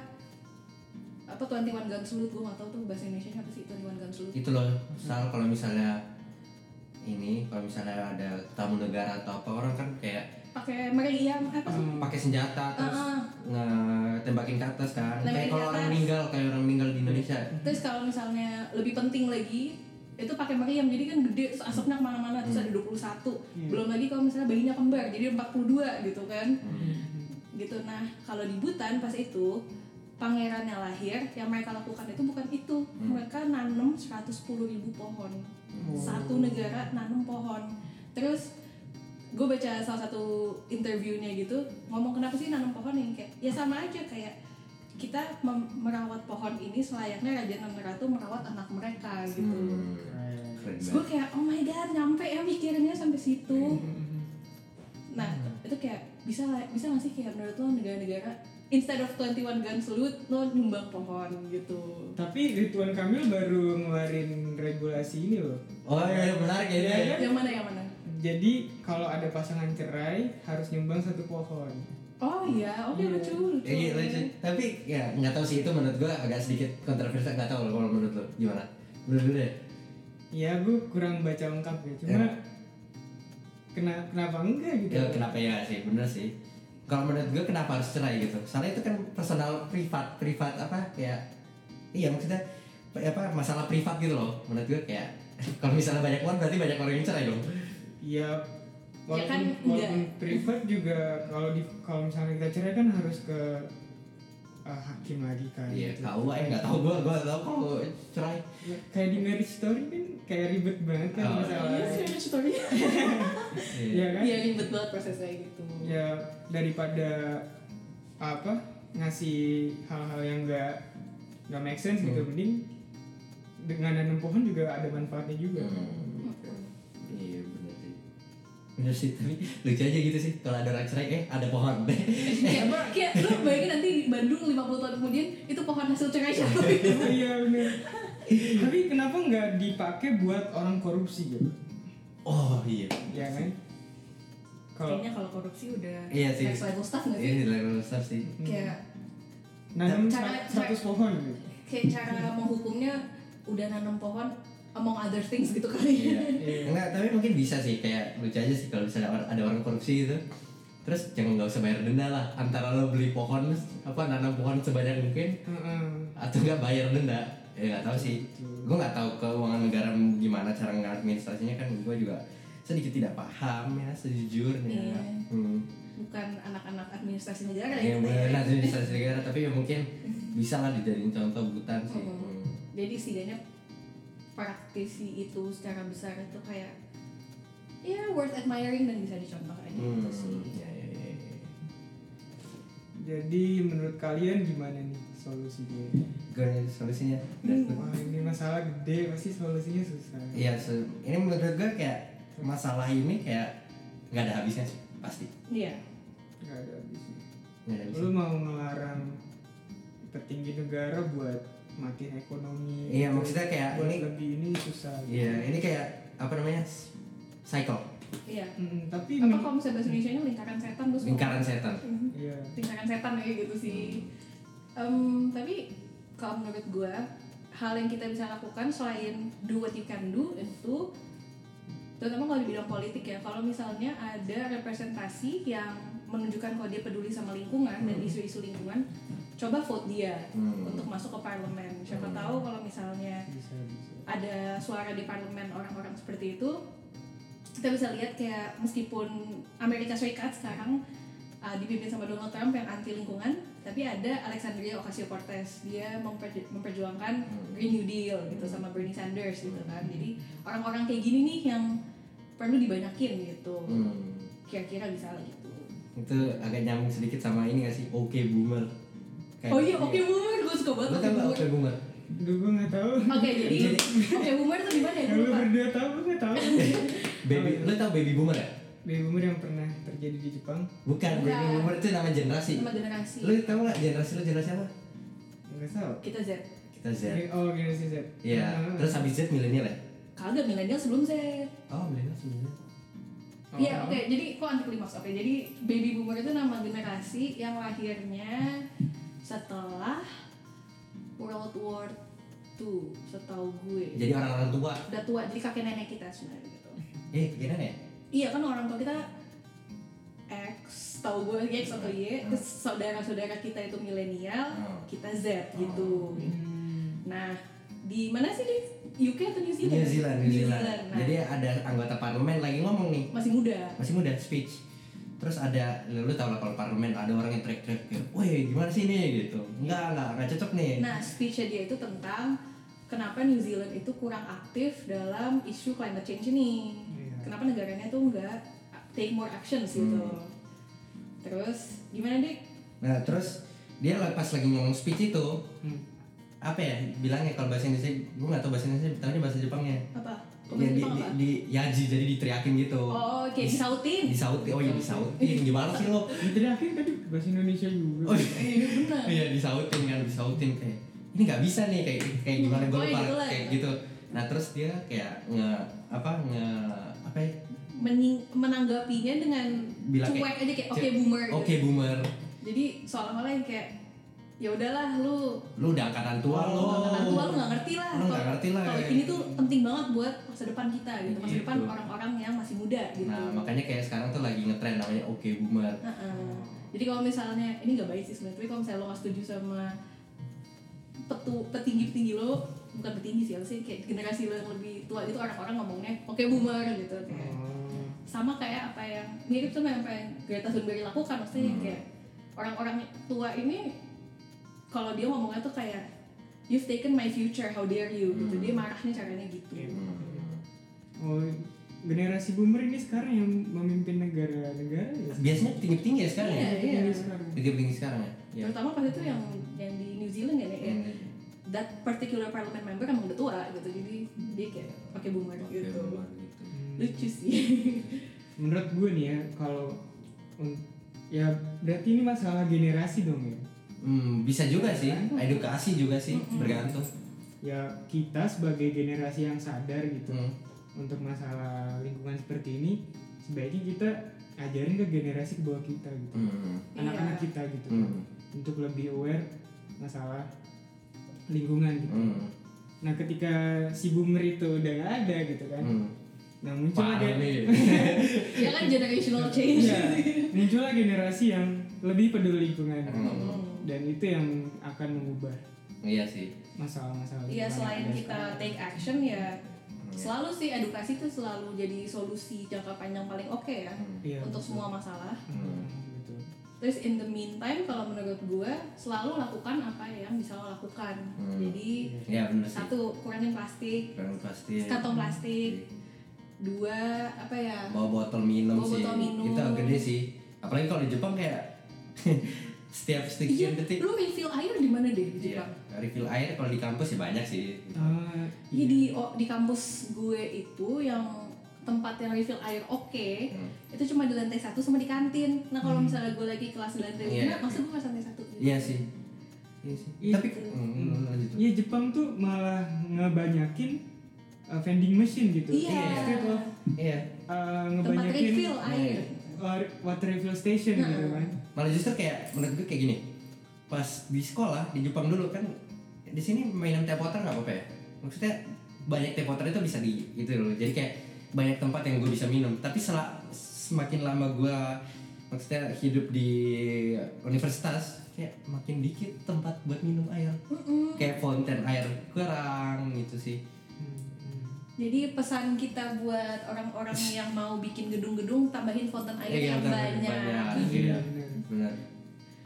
Speaker 4: apa tuan tiwan gansulut gue nggak tahu tuh bahasa Indonesia apa sih tuan tiwan gansulut
Speaker 3: itu loh misal kalau misalnya ini kalau misalnya ada tamu negara atau apa orang kan kayak
Speaker 4: pakai meriam eh, apa sih
Speaker 2: Hmm.
Speaker 3: pakai senjata terus
Speaker 4: Ah, ah.
Speaker 3: ngetembakin ke atas kan
Speaker 4: Tembakin
Speaker 3: kayak
Speaker 4: ke
Speaker 3: kalau orang
Speaker 4: atas.
Speaker 3: meninggal kayak orang meninggal di Indonesia
Speaker 4: Terus kalau misalnya lebih penting lagi itu pakai meriam jadi kan gede terus asapnya kemana-mana terus ada 21
Speaker 2: Iya. Hmm.
Speaker 4: belum lagi kalau misalnya bayinya kembar jadi 42 gitu kan
Speaker 2: Hmm.
Speaker 4: gitu nah kalau di Butan pas itu pangerannya lahir yang mereka lakukan itu bukan itu mereka nanam 110 ribu pohon
Speaker 3: Mm.
Speaker 4: satu negara nanam pohon terus gue baca salah satu interviewnya gitu ngomong kenapa sih nanam pohon yang kayak ya sama aja kayak kita mem- merawat pohon ini selayaknya raja dan ratu merawat anak mereka gitu
Speaker 3: Hmm.
Speaker 2: Keren.
Speaker 3: Keren
Speaker 4: Terus gue
Speaker 3: banget.
Speaker 4: kayak oh my god nyampe ya pikirannya sampai situ
Speaker 3: Hmm,
Speaker 4: nah itu kayak bisa lah bisa nggak sih kayak menurut lo negara-negara instead of 21 gun salute lo nyumbang pohon gitu
Speaker 2: tapi Ridwan Kamil baru ngeluarin regulasi ini loh
Speaker 3: oh iya iya, benar kayaknya
Speaker 2: Iya, iya.
Speaker 4: yang mana yang mana
Speaker 2: jadi kalau ada pasangan cerai harus nyumbang satu pohon
Speaker 4: oh iya oke lucu lucu
Speaker 3: Iya, iya, lucu. Tapi ya nggak tahu sih itu menurut gua agak sedikit kontroversial nggak tahu loh kalau menurut lo gimana? Menurut lu deh.
Speaker 2: ya gue kurang baca lengkap ya cuma kena kenapa enggak gitu
Speaker 3: Ya, kenapa ya nggak sih? Bener sih. Kalau menurut gua kenapa harus cerai gitu? Soalnya itu kan personal privat, privat apa kayak iya maksudnya apa masalah privat gitu loh. Menurut gua kayak kalau misalnya banyak uang berarti banyak orang yang cerai dong.
Speaker 2: ya walaupun,
Speaker 4: kan
Speaker 2: walaupun privat juga kalau di kalau misalnya kita cerai kan harus ke eh, hakim lagi kan
Speaker 3: Iya,
Speaker 2: gitu.
Speaker 3: kau ya nggak tahu gua, gua nggak tahu kalau cerai.
Speaker 2: Ya, kayak di marriage story kan kayak ribet banget kan
Speaker 3: Oh,
Speaker 2: masalah
Speaker 4: Iya, serius, story.
Speaker 2: ya kan
Speaker 4: Iya ribet banget prosesnya gitu.
Speaker 3: Iya.
Speaker 2: ya daripada apa ngasih hal-hal yang enggak nggak make sense gitu
Speaker 3: Hmm.
Speaker 2: mending dengan nanam pohon juga ada manfaatnya juga
Speaker 3: Hmm. Iya bener sih Bener sih tapi lucu aja gitu sih kalau ada orang cerai eh ada pohon
Speaker 4: Kayak, kayak lu bayangin nanti di Bandung 50 tahun kemudian itu pohon hasil cerai siapa?
Speaker 2: iya benar tapi kenapa nggak dipakai buat orang korupsi gitu
Speaker 3: Oh iya
Speaker 2: ya kan kalau
Speaker 4: Kayaknya kalau korupsi udah
Speaker 3: Iya sih
Speaker 4: next level stuff nggak sih?
Speaker 3: Iya Hmm. level besar sih
Speaker 4: Kayak
Speaker 2: nanam
Speaker 4: Cara-
Speaker 2: 100 pohon gitu
Speaker 3: Hmm.
Speaker 4: kayak cara menghukumnya udah nanam pohon among other things gitu kali.
Speaker 3: Iya. Enggak, tapi mungkin bisa sih kayak lucu aja sih kalau misalnya ada, ada orang korupsi itu. Terus jangan nggak usah bayar denda lah. Antara lo beli pohon apa nanam pohon sebanyak mungkin atau nggak bayar denda. Ya nggak tahu sih. Gue nggak tahu keuangan negara gimana cara ngadministrasinya kan gue juga sedikit tidak paham ya sejujurnya.
Speaker 4: Iya.
Speaker 3: Hmm.
Speaker 4: Bukan anak-anak administrasi
Speaker 3: Ya,
Speaker 4: negara ya. kita
Speaker 3: bener
Speaker 4: ya.
Speaker 3: administrasi negara tapi ya mungkin bisa lah dijadiin contoh butan sih.
Speaker 4: Mm-mm.
Speaker 3: Hmm.
Speaker 4: Jadi setidaknya praktisi itu secara besar itu kayak ya worth admiring dan bisa dicontoh aja gitu sih.
Speaker 3: Hmm. Ya, ya, ya, ya.
Speaker 2: Jadi menurut kalian gimana nih solusinya?
Speaker 3: Gue solusinya.
Speaker 2: Wah
Speaker 4: Hmm.
Speaker 2: ini masalah gede pasti solusinya susah.
Speaker 3: Iya, se- ini menurut gue kayak masalah ini kayak nggak ada habisnya sih, pasti.
Speaker 4: Iya.
Speaker 2: Gak ada habisnya.
Speaker 3: Nggak ada habisnya.
Speaker 2: Lu mau ngelarang petinggi negara buat matiin ekonomi?
Speaker 3: Iya,
Speaker 2: gitu,
Speaker 3: maksudnya kayak
Speaker 2: buat
Speaker 3: ini-
Speaker 2: lebih ini susah.
Speaker 3: Iya, ini kayak apa namanya s- cycle,
Speaker 4: Iya.
Speaker 2: Mm, tapi
Speaker 4: Apa
Speaker 2: men-
Speaker 4: kalau misalnya bahasa Indonesia lingkaran setan terus
Speaker 3: lingkaran setan.
Speaker 4: Mhm.
Speaker 2: Iya.
Speaker 4: lingkaran setan ya gitu sih Em, tapi kalau menurut gue hal yang kita bisa lakukan selain do what you can do itu terutama kalau di bidang politik ya kalau misalnya ada representasi yang menunjukkan kalau dia peduli sama lingkungan dan isu-isu lingkungan coba vote dia
Speaker 3: Hmm.
Speaker 4: untuk masuk ke parlemen siapa
Speaker 3: Hmm.
Speaker 4: tahu kalau misalnya
Speaker 2: Bisa bisa.
Speaker 4: ada suara di parlemen orang-orang seperti itu kita bisa lihat kayak meskipun Amerika Serikat sekarang uh, dipimpin sama Donald Trump yang anti lingkungan tapi ada Alexandria Ocasio Cortez dia memperju- memperjuangkan
Speaker 3: Hmm.
Speaker 4: Green New Deal gitu sama Bernie Sanders gitu kan jadi orang-orang kayak gini nih yang perlu dibanyakin gitu
Speaker 3: Hmm.
Speaker 4: kira-kira bisa lah gitu
Speaker 3: Itu agak nyambung sedikit sama ini nggak sih? Oke boomer. Kayak- gitu.
Speaker 4: oh iya oke boomer gue suka banget
Speaker 3: Lu tau
Speaker 4: oke
Speaker 3: nggak
Speaker 4: boomer
Speaker 3: oke boomer?
Speaker 2: Duh gue nggak tahu.
Speaker 4: oke jadi oke boomer tuh gimana ya
Speaker 2: Yang
Speaker 4: gue
Speaker 2: lu
Speaker 4: lupa
Speaker 2: berdua tahu gue nggak tahu.
Speaker 3: Baby, lu tau baby boomer ya?
Speaker 2: Baby boomer yang pernah terjadi di Jepang
Speaker 3: Bukan, baby
Speaker 4: Bukan.
Speaker 3: boomer itu nama generasi.
Speaker 4: sama generasi
Speaker 3: Lu tau nggak generasi lu generasi apa?
Speaker 2: nggak tahu.
Speaker 4: kita Z
Speaker 3: Kita Z. Iya,
Speaker 2: Oh generasi Z. Ah.
Speaker 3: terus habis Z milenial ya?
Speaker 4: Kagak milenial sebelum Z.
Speaker 3: Oh, milenial sebenarnya.
Speaker 2: Oh.
Speaker 4: Iya, oke. Jadi kok anti klimaks? Oke, jadi baby boomer itu nama generasi yang lahirnya setelah World War II, setahu gue.
Speaker 3: Jadi orang-orang tua.
Speaker 4: Udah tua, jadi kakek nenek kita sebenarnya gitu.
Speaker 3: Eh, pikiran ya?
Speaker 4: Iya kan orang tua kita X, tahu gue X atau Y, terus saudara-saudara kita itu milenial,
Speaker 3: Iya. Oh. iya.
Speaker 4: kita Z gitu.
Speaker 2: Hmm.
Speaker 4: Nah, di mana sih di UK atau Iya, New Zealand?
Speaker 3: New "Iya, Zealand, New Zealand.
Speaker 4: Nah,
Speaker 3: Jadi ada anggota parlemen lagi ngomong nih,
Speaker 4: masih muda.
Speaker 3: masih muda speech. Terus ada, lu, lu tau lah kalau parlemen ada orang yang teriak-teriak kayak, "Woi, gimana sih ini?" gitu. Enggak, enggak, enggak cocok nih.
Speaker 4: Nah, speech-nya dia itu tentang kenapa New Zealand itu kurang aktif dalam isu climate change ini.
Speaker 2: Iya.
Speaker 4: Kenapa negaranya tuh enggak take more
Speaker 3: Hmm.
Speaker 4: actions gitu. Terus gimana Dik?
Speaker 3: Nah, terus dia lah pas lagi ngomong speech itu,
Speaker 2: Hmm.
Speaker 3: apa ya bilangnya kalau bahasa Indonesia, gue nggak tahu bahasa Indonesia, tahunya bahasa Jepangnya.
Speaker 4: Apa?
Speaker 3: Ya,
Speaker 4: Komentar
Speaker 3: di,
Speaker 4: Oh, apa?
Speaker 3: di, di, yaji jadi diteriakin gitu.
Speaker 4: Oh, oke, disautin.
Speaker 3: Disautin, oh iya disautin. Gimana sih lo?
Speaker 2: Diterakin tadi bahasa Indonesia juga.
Speaker 3: Oh, iya.
Speaker 4: Iya, benar.
Speaker 3: Iya disautin kan disautin kayak ini nggak bisa nih kayak kayak
Speaker 4: Hmm,
Speaker 3: gimana gue
Speaker 4: oh,
Speaker 3: lupa
Speaker 4: gitu lah.
Speaker 3: kayak gitu. Nah terus dia kayak nge apa nge apa ya?
Speaker 4: Mening- menanggapinya dengan
Speaker 3: Bilang
Speaker 4: cuek aja kayak oke
Speaker 3: Cek,
Speaker 4: boomer
Speaker 3: Oke
Speaker 4: gitu.
Speaker 3: boomer,
Speaker 4: Jadi seolah-olah yang kayak ya udahlah lu
Speaker 3: lu udah angkatan tua lo.
Speaker 4: Angkatan tua Oh, lu gak ngerti lah.
Speaker 3: Oh. Lu nggak
Speaker 4: Kalau-
Speaker 3: ngerti lah. ya.
Speaker 4: Kalau
Speaker 3: kayak.
Speaker 4: ini tuh penting banget buat masa depan kita gitu, masa
Speaker 3: Gitu.
Speaker 4: depan orang-orang yang masih muda gitu.
Speaker 3: Nah makanya kayak sekarang tuh lagi ngetren namanya oke boomer.
Speaker 4: Heeh. Jadi kalau misalnya ini gak baik sih sebenarnya, tapi kalau misalnya lo gak setuju sama petu petinggi-petinggi lo, bukan petinggi sih, apa sih kayak generasi lo yang lebih tua itu orang-orang ngomongnya oke boomer gitu kayak
Speaker 2: Oh.
Speaker 4: sama kayak apa yang mirip sama yang apa yang Greta Thunberg lakukan maksudnya
Speaker 2: Hmm.
Speaker 4: yang kayak orang-orang tua ini kalau dia ngomongnya tuh kayak you've taken my future how dare you gitu dia marahnya caranya gitu
Speaker 2: Hmm. Iya.
Speaker 3: Hmm.
Speaker 2: Oh, generasi boomer ini sekarang yang memimpin negara-negara ya?
Speaker 3: Biasanya tinggi tinggi ya sekarang ya.
Speaker 4: Iya, iya.
Speaker 2: Ini sekarang.
Speaker 3: Tinggi tinggi sekarang ya. Iya.
Speaker 4: terutama pas itu yang yang di New Zealand ya Nek, ya that particular parliament member emang udah tua gitu jadi dia kayak pakai boomer
Speaker 3: Oke
Speaker 4: gitu
Speaker 3: boomer gitu.
Speaker 2: Hmm.
Speaker 4: lucu sih
Speaker 2: Menurut gue nih ya, kalau un- ya berarti ini masalah generasi dong ya.
Speaker 3: Hmm, bisa juga sih, edukasi juga sih,
Speaker 4: Hmm,
Speaker 3: bergantung.
Speaker 2: Ya kita sebagai generasi yang sadar gitu
Speaker 3: Hmm.
Speaker 2: untuk masalah lingkungan seperti ini, sebaiknya kita ajarin ke generasi ke bawah kita gitu,
Speaker 3: Hmm.
Speaker 2: anak-anak
Speaker 4: Iya.
Speaker 2: kita gitu,
Speaker 3: Hmm.
Speaker 2: untuk lebih aware masalah lingkungan gitu.
Speaker 3: Hmm.
Speaker 2: Nah ketika si boomer itu udah nggak ada gitu kan,
Speaker 3: Hmm.
Speaker 2: nah muncul
Speaker 3: Parah
Speaker 2: lagi,
Speaker 3: nih.
Speaker 4: ya kan generational change
Speaker 2: Iya, muncullah generasi yang lebih peduli lingkungan
Speaker 3: Hmm.
Speaker 2: dan itu yang akan mengubah
Speaker 3: Iya sih.
Speaker 2: masalah-masalah.
Speaker 4: Iya
Speaker 2: lingkungan
Speaker 4: selain
Speaker 2: yang ada
Speaker 4: kita
Speaker 2: sekarang.
Speaker 4: take action ya
Speaker 3: Iya.
Speaker 4: selalu sih edukasi itu selalu jadi solusi jangka panjang paling oke ya
Speaker 3: Hmm.
Speaker 2: Iya,
Speaker 4: untuk
Speaker 2: betul.
Speaker 4: semua masalah.
Speaker 2: Hmm, betul.
Speaker 4: Terus in the meantime kalau menurut gue selalu lakukan apa yang bisa lo lakukan.
Speaker 3: Hmm.
Speaker 4: Jadi
Speaker 3: Iya benar sih.
Speaker 4: satu kurangin plastik,
Speaker 3: Barang pasti.
Speaker 4: kantong plastik. Dua apa ya?
Speaker 3: Bawa botol minum
Speaker 4: Bawa
Speaker 3: sih.
Speaker 4: botol minum.
Speaker 3: Itu agak gede sih. Apalagi kalau di Jepang kayak setiap
Speaker 4: Iya,
Speaker 3: sekian detik.
Speaker 4: lu refill air di mana deh gitu? di
Speaker 3: Iya.
Speaker 4: Jepang?
Speaker 3: Refill air kalau di kampus ya banyak sih.
Speaker 2: Ah, iya.
Speaker 4: Iya, di oh, di kampus gue itu yang tempat yang refill air oke
Speaker 3: Hmm.
Speaker 4: itu cuma di lantai satu sama di kantin. Nah kalau
Speaker 2: Hmm.
Speaker 4: misalnya gue lagi kelas di lantai lima,
Speaker 3: Iya.
Speaker 4: maksud gue kelas lantai satu. gitu.
Speaker 3: Iya sih. Iya sih.
Speaker 2: Iya.
Speaker 3: Tapi Hmm, lanjut.
Speaker 2: Iya Jepang tuh malah ngebanyakin uh, vending machine gitu.
Speaker 4: Iya.
Speaker 2: Instead of,
Speaker 3: Iya.
Speaker 2: uh,
Speaker 4: Tempat
Speaker 2: ngebanyakin
Speaker 4: refill air.
Speaker 2: uh, water refill station
Speaker 4: Nah.
Speaker 2: gitu kan.
Speaker 3: malah justru kayak menurut gue kayak gini pas di sekolah di Jepang dulu kan di sini mainan teh potter nggak apa-apa ya maksudnya banyak teh potter itu bisa di itu loh jadi kayak banyak tempat yang gue bisa minum tapi sel- semakin lama gue maksudnya hidup di universitas kayak makin dikit tempat buat minum air
Speaker 4: Mm-mm.
Speaker 3: kayak fonten air kurang gitu sih
Speaker 2: Hmm.
Speaker 4: Jadi pesan kita buat orang-orang yang mau bikin gedung-gedung tambahin fonten air
Speaker 3: Iya,
Speaker 4: yang
Speaker 3: fonten air
Speaker 4: banyak.
Speaker 3: banyak.
Speaker 2: Iya.
Speaker 3: Iya. benar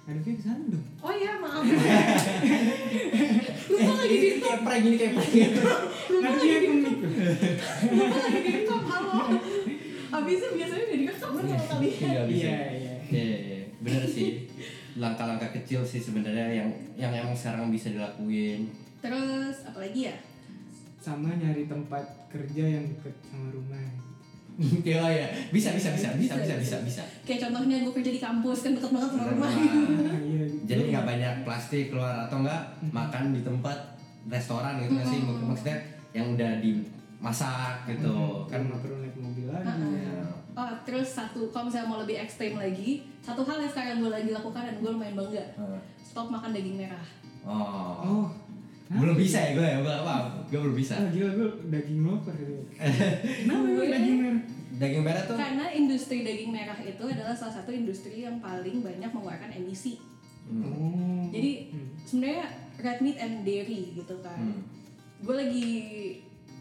Speaker 2: Harusnya kesana dong.
Speaker 4: Oh ya maaf. lupa lagi
Speaker 3: ini
Speaker 4: direkam,
Speaker 3: kayak prank ini kayak prank
Speaker 4: lupa lagi
Speaker 2: Harusnya
Speaker 4: direkam,
Speaker 2: unik.
Speaker 4: lupa lagi direkam halo. Abisnya biasanya udah direkam kan sama kalian.
Speaker 3: Nggak bisa.
Speaker 2: Iya iya.
Speaker 3: Iya, iya, iya. bener sih. Langkah-langkah kecil sih sebenarnya yang yang emang sekarang bisa dilakuin.
Speaker 4: Terus apalagi ya?
Speaker 2: Sama nyari tempat kerja yang deket sama rumah.
Speaker 3: Iya, iya. Bisa, bisa, bisa, bisa, bisa, bisa, bisa.
Speaker 4: Kayak contohnya gue kerja di kampus kan deket banget sama rumah.
Speaker 3: Bener.
Speaker 2: Ah, Iya. gitu.
Speaker 3: Jadi nggak banyak plastik keluar atau nggak makan di tempat restoran gitu nggak sih Mungkin maksudnya yang udah dimasak gitu kan.
Speaker 2: kan nggak perlu naik mobil lagi.
Speaker 4: Ah.
Speaker 2: ya.
Speaker 3: ya.
Speaker 4: Oh, terus satu kalau misalnya mau lebih ekstrim lagi, satu hal yang sekarang gue lagi lakukan dan gue lumayan bangga.
Speaker 3: Eh,
Speaker 4: Stop makan daging merah.
Speaker 3: Oh.
Speaker 2: Oh. Hah?
Speaker 3: Belum bisa ya gue ya, gue gue belum bisa.
Speaker 2: Ah, gila gue daging lover gitu. Kenapa gue
Speaker 4: Gue-
Speaker 2: daging merah?
Speaker 3: Daging merah tuh
Speaker 4: Karena industri daging merah itu adalah salah satu industri yang paling banyak mengeluarkan emisi.
Speaker 3: hmm,
Speaker 2: Oh.
Speaker 4: Jadi
Speaker 2: Hmm.
Speaker 4: sebenarnya red meat and dairy gitu kan.
Speaker 3: hmm,
Speaker 4: Gue lagi,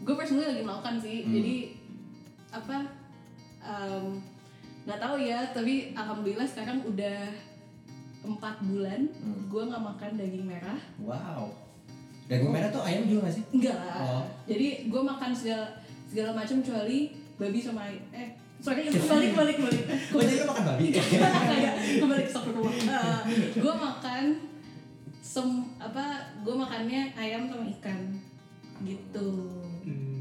Speaker 4: gue personally lagi melakukan sih.
Speaker 3: Hmm.
Speaker 4: Jadi apa? em, Nggak tahu ya, tapi alhamdulillah sekarang udah empat bulan
Speaker 3: Hmm.
Speaker 4: gue nggak makan daging merah.
Speaker 3: Wow. Daging merah tuh ayam juga nggak sih?
Speaker 4: Enggak lah.
Speaker 3: Oh.
Speaker 4: Jadi gue makan segala segala macam kecuali babi sama eh sorry kembali kembali kembali.
Speaker 3: Oh jadi lo makan babi?
Speaker 4: Kayak kembali ke stok rumah. gue makan sem apa gue makannya ayam sama ikan gitu
Speaker 2: Hmm.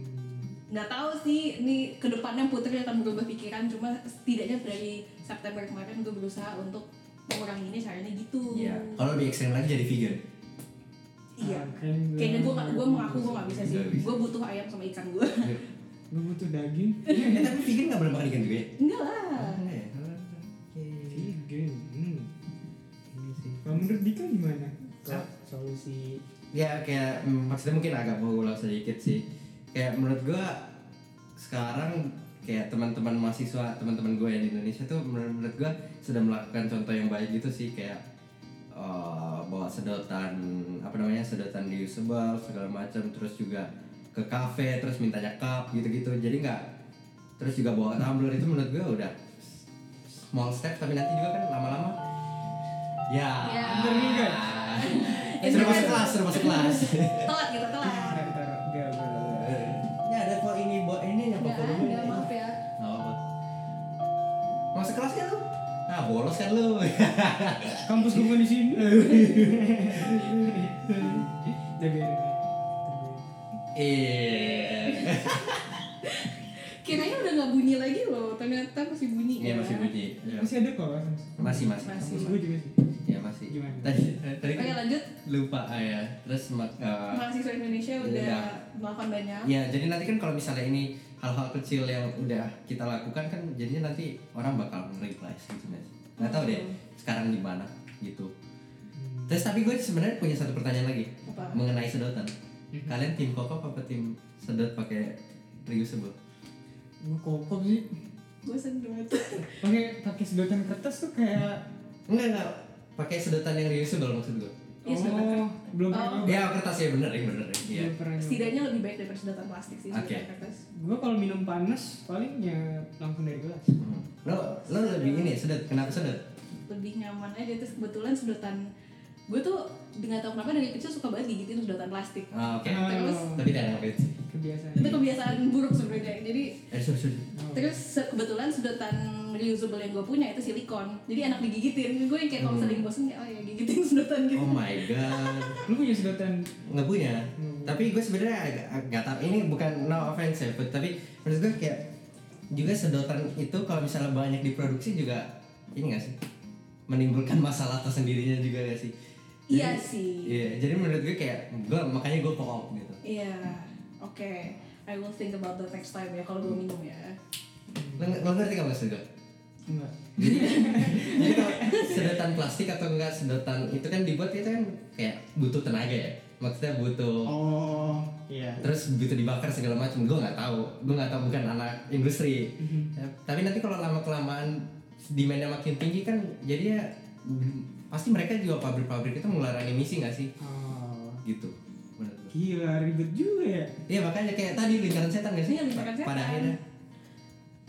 Speaker 4: nggak tahu sih ini kedepannya putri akan berubah pikiran cuma setidaknya dari September kemarin gue berusaha untuk mengurangi ini caranya gitu
Speaker 3: Iya. Kalau lebih ekstrim lagi jadi vegan.
Speaker 4: Iya.
Speaker 2: Ah, kayaknya gua-
Speaker 4: kayaknya gue gue mengaku gue nggak bisa sih
Speaker 3: Nggak bisa.
Speaker 4: gue butuh ayam sama ikan gue
Speaker 2: Gue butuh daging.
Speaker 3: eh tapi vegan nggak boleh makan ikan juga ya?
Speaker 4: enggak lah
Speaker 3: Enggak ya. Oke.
Speaker 2: Daging. Hmm.
Speaker 3: Ini sih.
Speaker 2: Kalau menurut Dika gimana?
Speaker 3: Ah.
Speaker 2: Kalau solusi
Speaker 3: Ya kayak hmm, maksudnya mungkin agak berulang sedikit sih. Kayak menurut gua sekarang kayak teman-teman mahasiswa teman-teman gue yang di Indonesia tuh menur- menurut gue sudah melakukan contoh yang baik gitu sih kayak eh, bawa sedotan apa namanya sedotan reusable segala macam terus juga ke kafe terus mintanya cup gitu-gitu jadi nggak terus juga bawa tumbler itu menurut gue udah small step tapi nanti juga kan lama-lama ya
Speaker 4: Ya.
Speaker 2: Bentar nih, guys.
Speaker 3: Eh, sudah masuk kelas sudah masuk kelas
Speaker 4: telat gitu telat
Speaker 2: Ntar, ntar, nggak, nggak, nggak.
Speaker 3: ini Ya, ada kok ini buat ini nyapa
Speaker 4: nggak ada maaf ya
Speaker 3: Gak apa-apa Masuk kelas kan lu? Nah bolos kan lu
Speaker 2: Kampus gue bukan di sini. Jaga ya.
Speaker 3: Iya
Speaker 4: Kiranya udah nggak bunyi lagi loh, ternyata masih bunyi.
Speaker 3: Iya
Speaker 4: ya.
Speaker 3: masih bunyi Iya.
Speaker 2: Masih ada kok mas.
Speaker 3: Masih masih
Speaker 4: Masih. Oh, iya,
Speaker 2: Gue juga sih.
Speaker 3: Iya masih
Speaker 2: Gimana?
Speaker 3: Tadi tadi
Speaker 4: Oke
Speaker 3: kan
Speaker 4: lanjut,
Speaker 3: lupa ah, ya Terus mak- eh,
Speaker 4: mahasiswa Indonesia udah
Speaker 3: Iya.
Speaker 4: melakukan banyak.
Speaker 3: Ya jadi nanti kan kalau misalnya ini hal-hal kecil yang udah kita lakukan kan jadinya nanti orang bakal nge-replace gitu guys Gak tau deh
Speaker 4: Hmm.
Speaker 3: sekarang gimana gitu Terus tapi gue sebenarnya punya satu pertanyaan lagi
Speaker 4: Apa?
Speaker 3: mengenai sedotan. Kalian tim kokop apa tim sedot pakai reusable?
Speaker 2: gue kokop sih
Speaker 4: gue sedut
Speaker 2: pakai pakai sedotan kertas tuh kayak
Speaker 3: Enggak enggak. Pakai sedotan yang reusable maksud gue.
Speaker 4: Iya, sedotan
Speaker 2: oh belum pernah nyoba.
Speaker 3: Ya kertas ya bener ya bener ya. Iya.
Speaker 2: belum pernah nyoba.
Speaker 4: setidaknya lebih baik daripada sedotan plastik sih
Speaker 3: Oke.
Speaker 4: sedotan kertas
Speaker 2: gue kalau minum panas paling ya langsung dari gelas
Speaker 3: Hmm. Lo lo lebih ini sedot. Kenapa sedot?
Speaker 4: lebih nyaman aja terus kebetulan sedotan gue tuh nggak tahu kenapa dari kecil suka banget gigitin sedotan plastik
Speaker 3: Ah, Oke.
Speaker 2: Ah.
Speaker 4: terus
Speaker 3: Tapi jangan pakai sih. iya.
Speaker 2: kebiasaan
Speaker 4: itu kebiasaan buruk sebenarnya jadi
Speaker 3: Eh sorry sorry.
Speaker 2: Oh.
Speaker 4: terus se- kebetulan sedotan reusable yang gue punya itu silikon jadi enak digigitin gue yang kayak kalau sering bosen ya oh ya gigitin sedotan gitu
Speaker 3: Hmm. Oh my god.
Speaker 2: lu punya sedotan
Speaker 3: nggak punya tapi gue sebenarnya agak agak tahu ini bukan no offense ya Put, tapi menurut gue kayak juga sedotan itu kalau misalnya banyak diproduksi juga ini nggak sih menimbulkan masalah tersendirinya juga nggak sih Jadi-
Speaker 4: Iya sih.
Speaker 3: iya jadi menurut gue kayak gue makanya gue co-op gitu
Speaker 4: iya oke I will think about the next time ya kalau gue minum ya
Speaker 3: lo, ng- lo ngerti nggak maksud gue
Speaker 2: enggak
Speaker 3: jadi kalau sedotan plastik atau enggak sedotan itu kan dibuat itu kan kayak butuh tenaga ya maksudnya butuh
Speaker 2: oh iya
Speaker 3: terus begitu dibakar segala macam gue nggak tahu gue nggak tahu bukan anak industri
Speaker 2: Hmm. Mhm.
Speaker 3: Ya, tapi nanti kalau lama kelamaan demandnya makin tinggi kan jadi ya mm, pasti mereka juga pabrik-pabrik itu mengeluarkan emisi nggak sih
Speaker 2: oh
Speaker 3: gitu menurut gue
Speaker 2: gila ribet juga ya
Speaker 3: Iya makanya kayak tadi lingkaran setan nggak sih
Speaker 4: Iya, lingkaran
Speaker 3: Pa- pada
Speaker 4: setan.
Speaker 3: akhirnya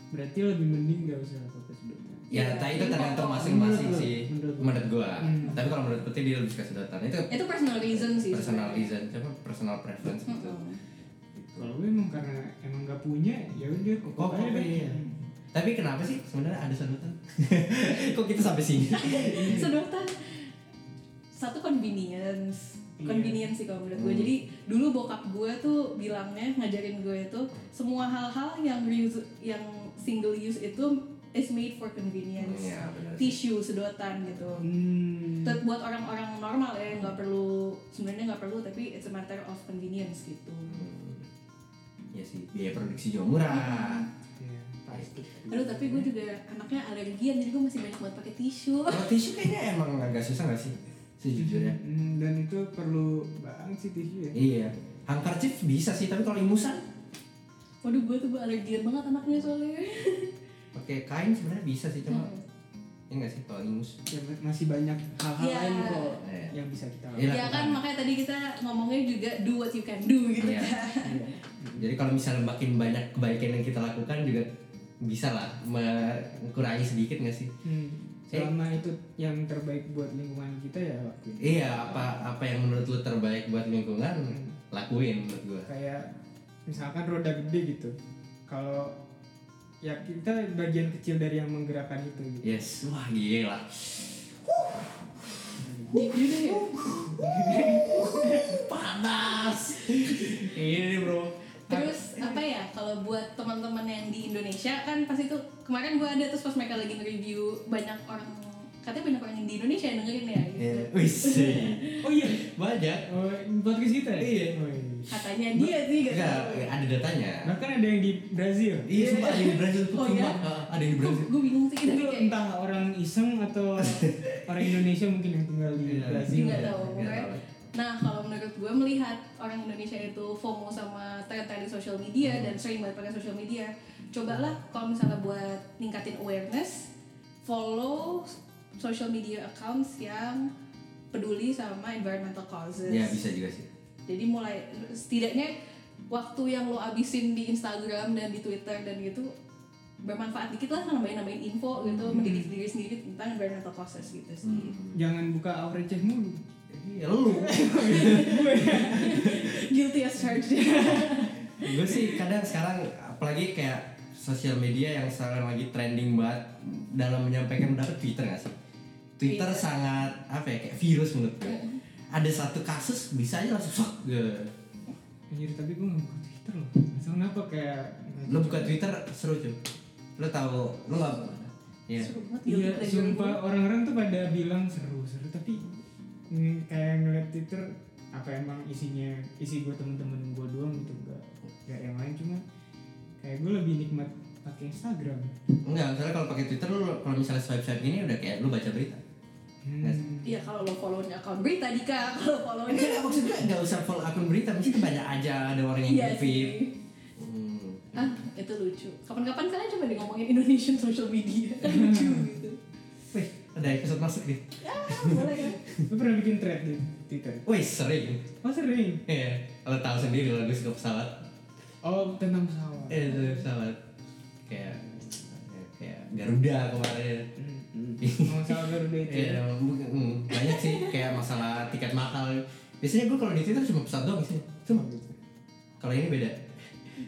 Speaker 2: berarti lebih mending gak usah pakai sedotan
Speaker 3: ya
Speaker 4: Iya,
Speaker 3: tapi itu
Speaker 4: ini
Speaker 3: tergantung
Speaker 4: pokok.
Speaker 3: masing-masing
Speaker 2: Menurut lu,
Speaker 3: sih
Speaker 2: menurut lu.
Speaker 3: menurut gue
Speaker 2: Hmm.
Speaker 3: tapi kalau menurut putih dia lebih suka sedotan itu
Speaker 4: itu personal reason sih
Speaker 3: personal
Speaker 4: sebenarnya. Hmm.
Speaker 3: reason coba personal preference gitu
Speaker 4: Mm-mm.
Speaker 2: kalau gue emang karena emang gak punya ya udah
Speaker 3: Kok
Speaker 2: kokop
Speaker 3: kok
Speaker 2: aja deh.
Speaker 3: iya. Tapi kenapa sih sebenarnya ada sedotan? kok kita sampai sini?
Speaker 4: Iya. sedotan satu convenience
Speaker 2: Iya.
Speaker 4: convenience sih kalau menurut gue
Speaker 3: Hmm.
Speaker 4: jadi dulu bokap gue tuh bilangnya ngajarin gue itu semua hal-hal yang reuse yang single use itu is made for convenience
Speaker 3: Iya, benar sih.
Speaker 4: tisu sedotan gitu
Speaker 2: hmm
Speaker 4: Ter- buat orang-orang normal ya nggak perlu sebenarnya nggak perlu tapi it's a matter of convenience gitu
Speaker 3: Iya sih, biaya produksi juga murah.
Speaker 2: ya, pasti
Speaker 4: aduh tapi gue juga anaknya alergian jadi gue masih banyak buat pakai tisu
Speaker 3: Kalau tisu kayaknya emang agak susah gak sih? Sejujurnya.
Speaker 2: Hmm, dan itu perlu banget sih tisu ya
Speaker 3: Iya. Handkerchief bisa sih, tapi kalau imusan
Speaker 4: waduh gue tuh gue alergian banget anaknya soalnya
Speaker 3: pakai kain sebenarnya bisa sih cuma ya
Speaker 4: Hmm.
Speaker 3: nggak sih kalau imus.
Speaker 2: Ya, masih banyak hal-hal
Speaker 4: Iya.
Speaker 2: lain kok
Speaker 3: Iya.
Speaker 2: yang bisa kita
Speaker 3: Iya.
Speaker 2: lakukan
Speaker 4: Ya kan makanya tadi kita ngomongnya juga do what you can do gitu
Speaker 3: Iya.
Speaker 4: kan.
Speaker 2: Hmm.
Speaker 3: Jadi kalau misalnya makin banyak kebaikan yang kita lakukan juga bisa lah mengurangi sedikit nggak sih?
Speaker 2: Hmm, selama itu yang terbaik buat lingkungan kita ya lakuin
Speaker 3: Iya, apa apa yang menurut lu terbaik buat lingkungan lakuin menurut gua.
Speaker 2: kayak misalkan roda gede gitu kalau ya kita bagian kecil dari yang menggerakkan itu gitu
Speaker 3: Yes, wah gila.
Speaker 4: Jadi
Speaker 3: Iya. Panas. Ini bro.
Speaker 4: terus apa ya kalau buat teman-teman yang di Indonesia kan pas itu kemarin gua ada terus pas mereka lagi nge-review banyak orang katanya banyak orang yang di Indonesia yang dengerin ya gitu.
Speaker 3: Iya, wih sih.
Speaker 2: oh iya
Speaker 3: Banyak.
Speaker 2: oh, podcast kita ya
Speaker 3: Iya.
Speaker 2: Oh, iya.
Speaker 4: Katanya dia sih
Speaker 3: Enggak,
Speaker 4: gak
Speaker 3: eh,
Speaker 4: tahu. Nah.
Speaker 3: ada datanya.
Speaker 2: bahkan ada yang di Brazil
Speaker 3: Iya, sumpah ada yang di Brazil tuh,
Speaker 4: Oh,
Speaker 3: sumpah.
Speaker 4: iya?
Speaker 3: Ah, Ada yang di
Speaker 4: Gua
Speaker 3: Brazil.
Speaker 4: gua bingung sih tapi
Speaker 2: itu
Speaker 4: kayak
Speaker 2: entah orang iseng atau orang Indonesia mungkin yang tinggal di
Speaker 3: Iya.
Speaker 2: Brazil
Speaker 4: nggak
Speaker 2: ya.
Speaker 4: tahu
Speaker 3: Nggak
Speaker 4: pokoknya.
Speaker 3: tahu.
Speaker 4: Nah kalau menurut gue melihat orang Indonesia itu FOMO sama tren-tren di sosial
Speaker 3: Hmm.
Speaker 4: media dan sering banget pakai sosial media, cobalah kalau misalnya buat ningkatin awareness, follow social media accounts yang peduli sama environmental causes.
Speaker 3: Ya, bisa juga sih.
Speaker 4: Jadi mulai setidaknya waktu yang lo abisin di Instagram dan di Twitter dan gitu bermanfaat dikit lah nambahin-nambahin info gitu
Speaker 3: Hmm.
Speaker 4: mendidik diri sendiri tentang environmental causes gitu sih.
Speaker 2: jangan buka Aureceh mulu
Speaker 3: Iya, lu.
Speaker 4: Guilty as charged.
Speaker 3: gue sih kadang sekarang apalagi kayak sosial media yang sekarang lagi trending banget dalam menyampaikan pendapat Twitter nggak sih? Twitter
Speaker 4: Iya.
Speaker 3: sangat apa ya kayak virus menurut gue. Ada satu kasus bisa aja langsung sok.
Speaker 2: anjir tapi gue gak buka Twitter loh gak tau kenapa kayak
Speaker 3: Lo buka Twitter seru cuy. Lo tahu lo nggak? Iya.
Speaker 4: Seru banget ya, guilty
Speaker 2: Iya,
Speaker 4: pleasure gue.
Speaker 2: sumpah orang-orang tuh pada bilang seru-seru tapi mm, kayak ngeliat Twitter apa emang isinya isi gue temen-temen gue doang gitu enggak enggak yang lain cuma kayak gue lebih nikmat pakai Instagram.
Speaker 3: Enggak, misalnya kalau pakai Twitter lo kalau misalnya swipe swipe gini udah kayak lo baca berita.
Speaker 2: Hmm.
Speaker 4: Iya kalau lo follownya akun berita Dika, kalau follownya
Speaker 3: Enggak, Iya, maksudnya nggak usah follow akun berita, mesti banyak aja ada orang yang Hmm.
Speaker 4: Iya
Speaker 3: ngefit.
Speaker 4: sih. Ah, itu lucu. Kapan-kapan kalian coba deh ngomongin Indonesian social media. Kan lucu gitu.
Speaker 3: Wih, ada episode masuk nih.
Speaker 4: Ah, boleh kan?
Speaker 2: Lu pernah bikin thread di Twitter?
Speaker 3: Wih, sering.
Speaker 2: Oh sering?
Speaker 3: Iya, lo tahu sendiri lo gue suka pesawat.
Speaker 2: Oh tentang pesawat.
Speaker 3: Eh, suka pesawat. Kayak kayak Garuda kemarin.
Speaker 2: Mau pesawat Garuda itu.
Speaker 3: Iya, mungkin- hmm, banyak sih kayak masalah tiket mahal. Biasanya gue kalau di Twitter cuma pesawat doang sih. Cuma kalau ini beda.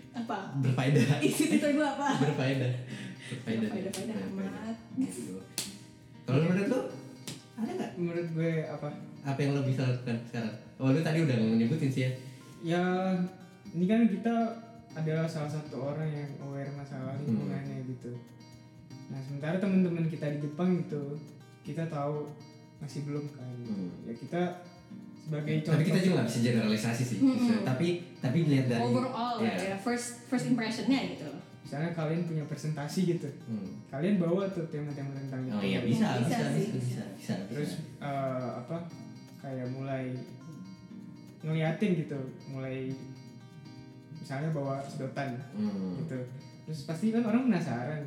Speaker 4: Apa?
Speaker 3: Berfaedah.
Speaker 4: Isi Twitter gue apa?
Speaker 3: Berfaedah. Berfaedah.
Speaker 4: Berfaedah-faedah amat.
Speaker 3: Gitu. Kalau menurut lo ada nggak
Speaker 2: Menurut gue apa?
Speaker 3: apa yang lo bisa lakukan sekarang? Oh, lo tadi udah nyebutin sih ya.
Speaker 2: Ya ini kan kita adalah salah satu orang yang aware masalah lingkungannya gitu. Nah sementara teman-teman kita di Jepang gitu, kita tahu masih belum kan.
Speaker 3: Hmm.
Speaker 2: Ya kita sebagai contoh.
Speaker 3: Tapi kita juga nggak bisa generalisasi sih.
Speaker 4: Mm-mm.
Speaker 3: Tapi tapi lihat dari
Speaker 4: Overall lah ya, first first impressionnya gitu.
Speaker 2: Misalnya kalian punya presentasi gitu,
Speaker 3: Hmm.
Speaker 2: kalian bawa tuh tema-tema tentang
Speaker 3: Oh iya
Speaker 2: lingkungan.
Speaker 3: bisa, bisa,
Speaker 4: Bisa
Speaker 3: bisa,
Speaker 4: sih,
Speaker 3: bisa, bisa, bisa.
Speaker 2: terus eh, apa kayak mulai ngeliatin gitu mulai misalnya bawa sedotan
Speaker 3: Hmm.
Speaker 2: gitu terus pasti kan orang penasaran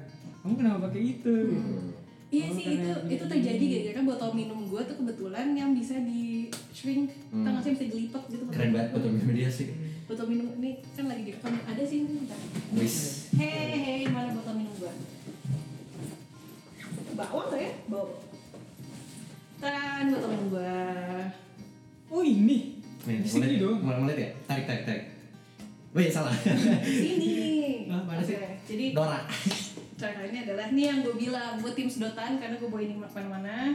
Speaker 2: kamu kenapa pakai itu gitu.
Speaker 3: Hmm.
Speaker 4: Iya
Speaker 2: Oh,
Speaker 4: sih
Speaker 2: karena
Speaker 4: itu
Speaker 2: ini-
Speaker 4: itu terjadi gara-gara botol minum gue tuh kebetulan yang bisa di shrink,
Speaker 3: Hmm.
Speaker 4: tangan saya bisa dilipat gitu.
Speaker 3: Keren banget foto media sih.
Speaker 4: Botol minum ini kan lagi di depan ada sih ini bentar.
Speaker 3: Wis.
Speaker 4: Hei hei mana botol minum gue? Bawa nggak ya? Bawa. Tan botol minum gue.
Speaker 2: oh ini
Speaker 3: Nih, mulai
Speaker 2: Di sini dong.
Speaker 3: Mulai mulai ya. Tarik, tarik, tarik. Wih, salah.
Speaker 4: Sini.
Speaker 3: Ah, mana sih?
Speaker 4: Oke, Jadi
Speaker 3: Dora.
Speaker 4: caranya adalah nih yang gue bilang gue tim sedotan karena gue bawa ini kemana-mana.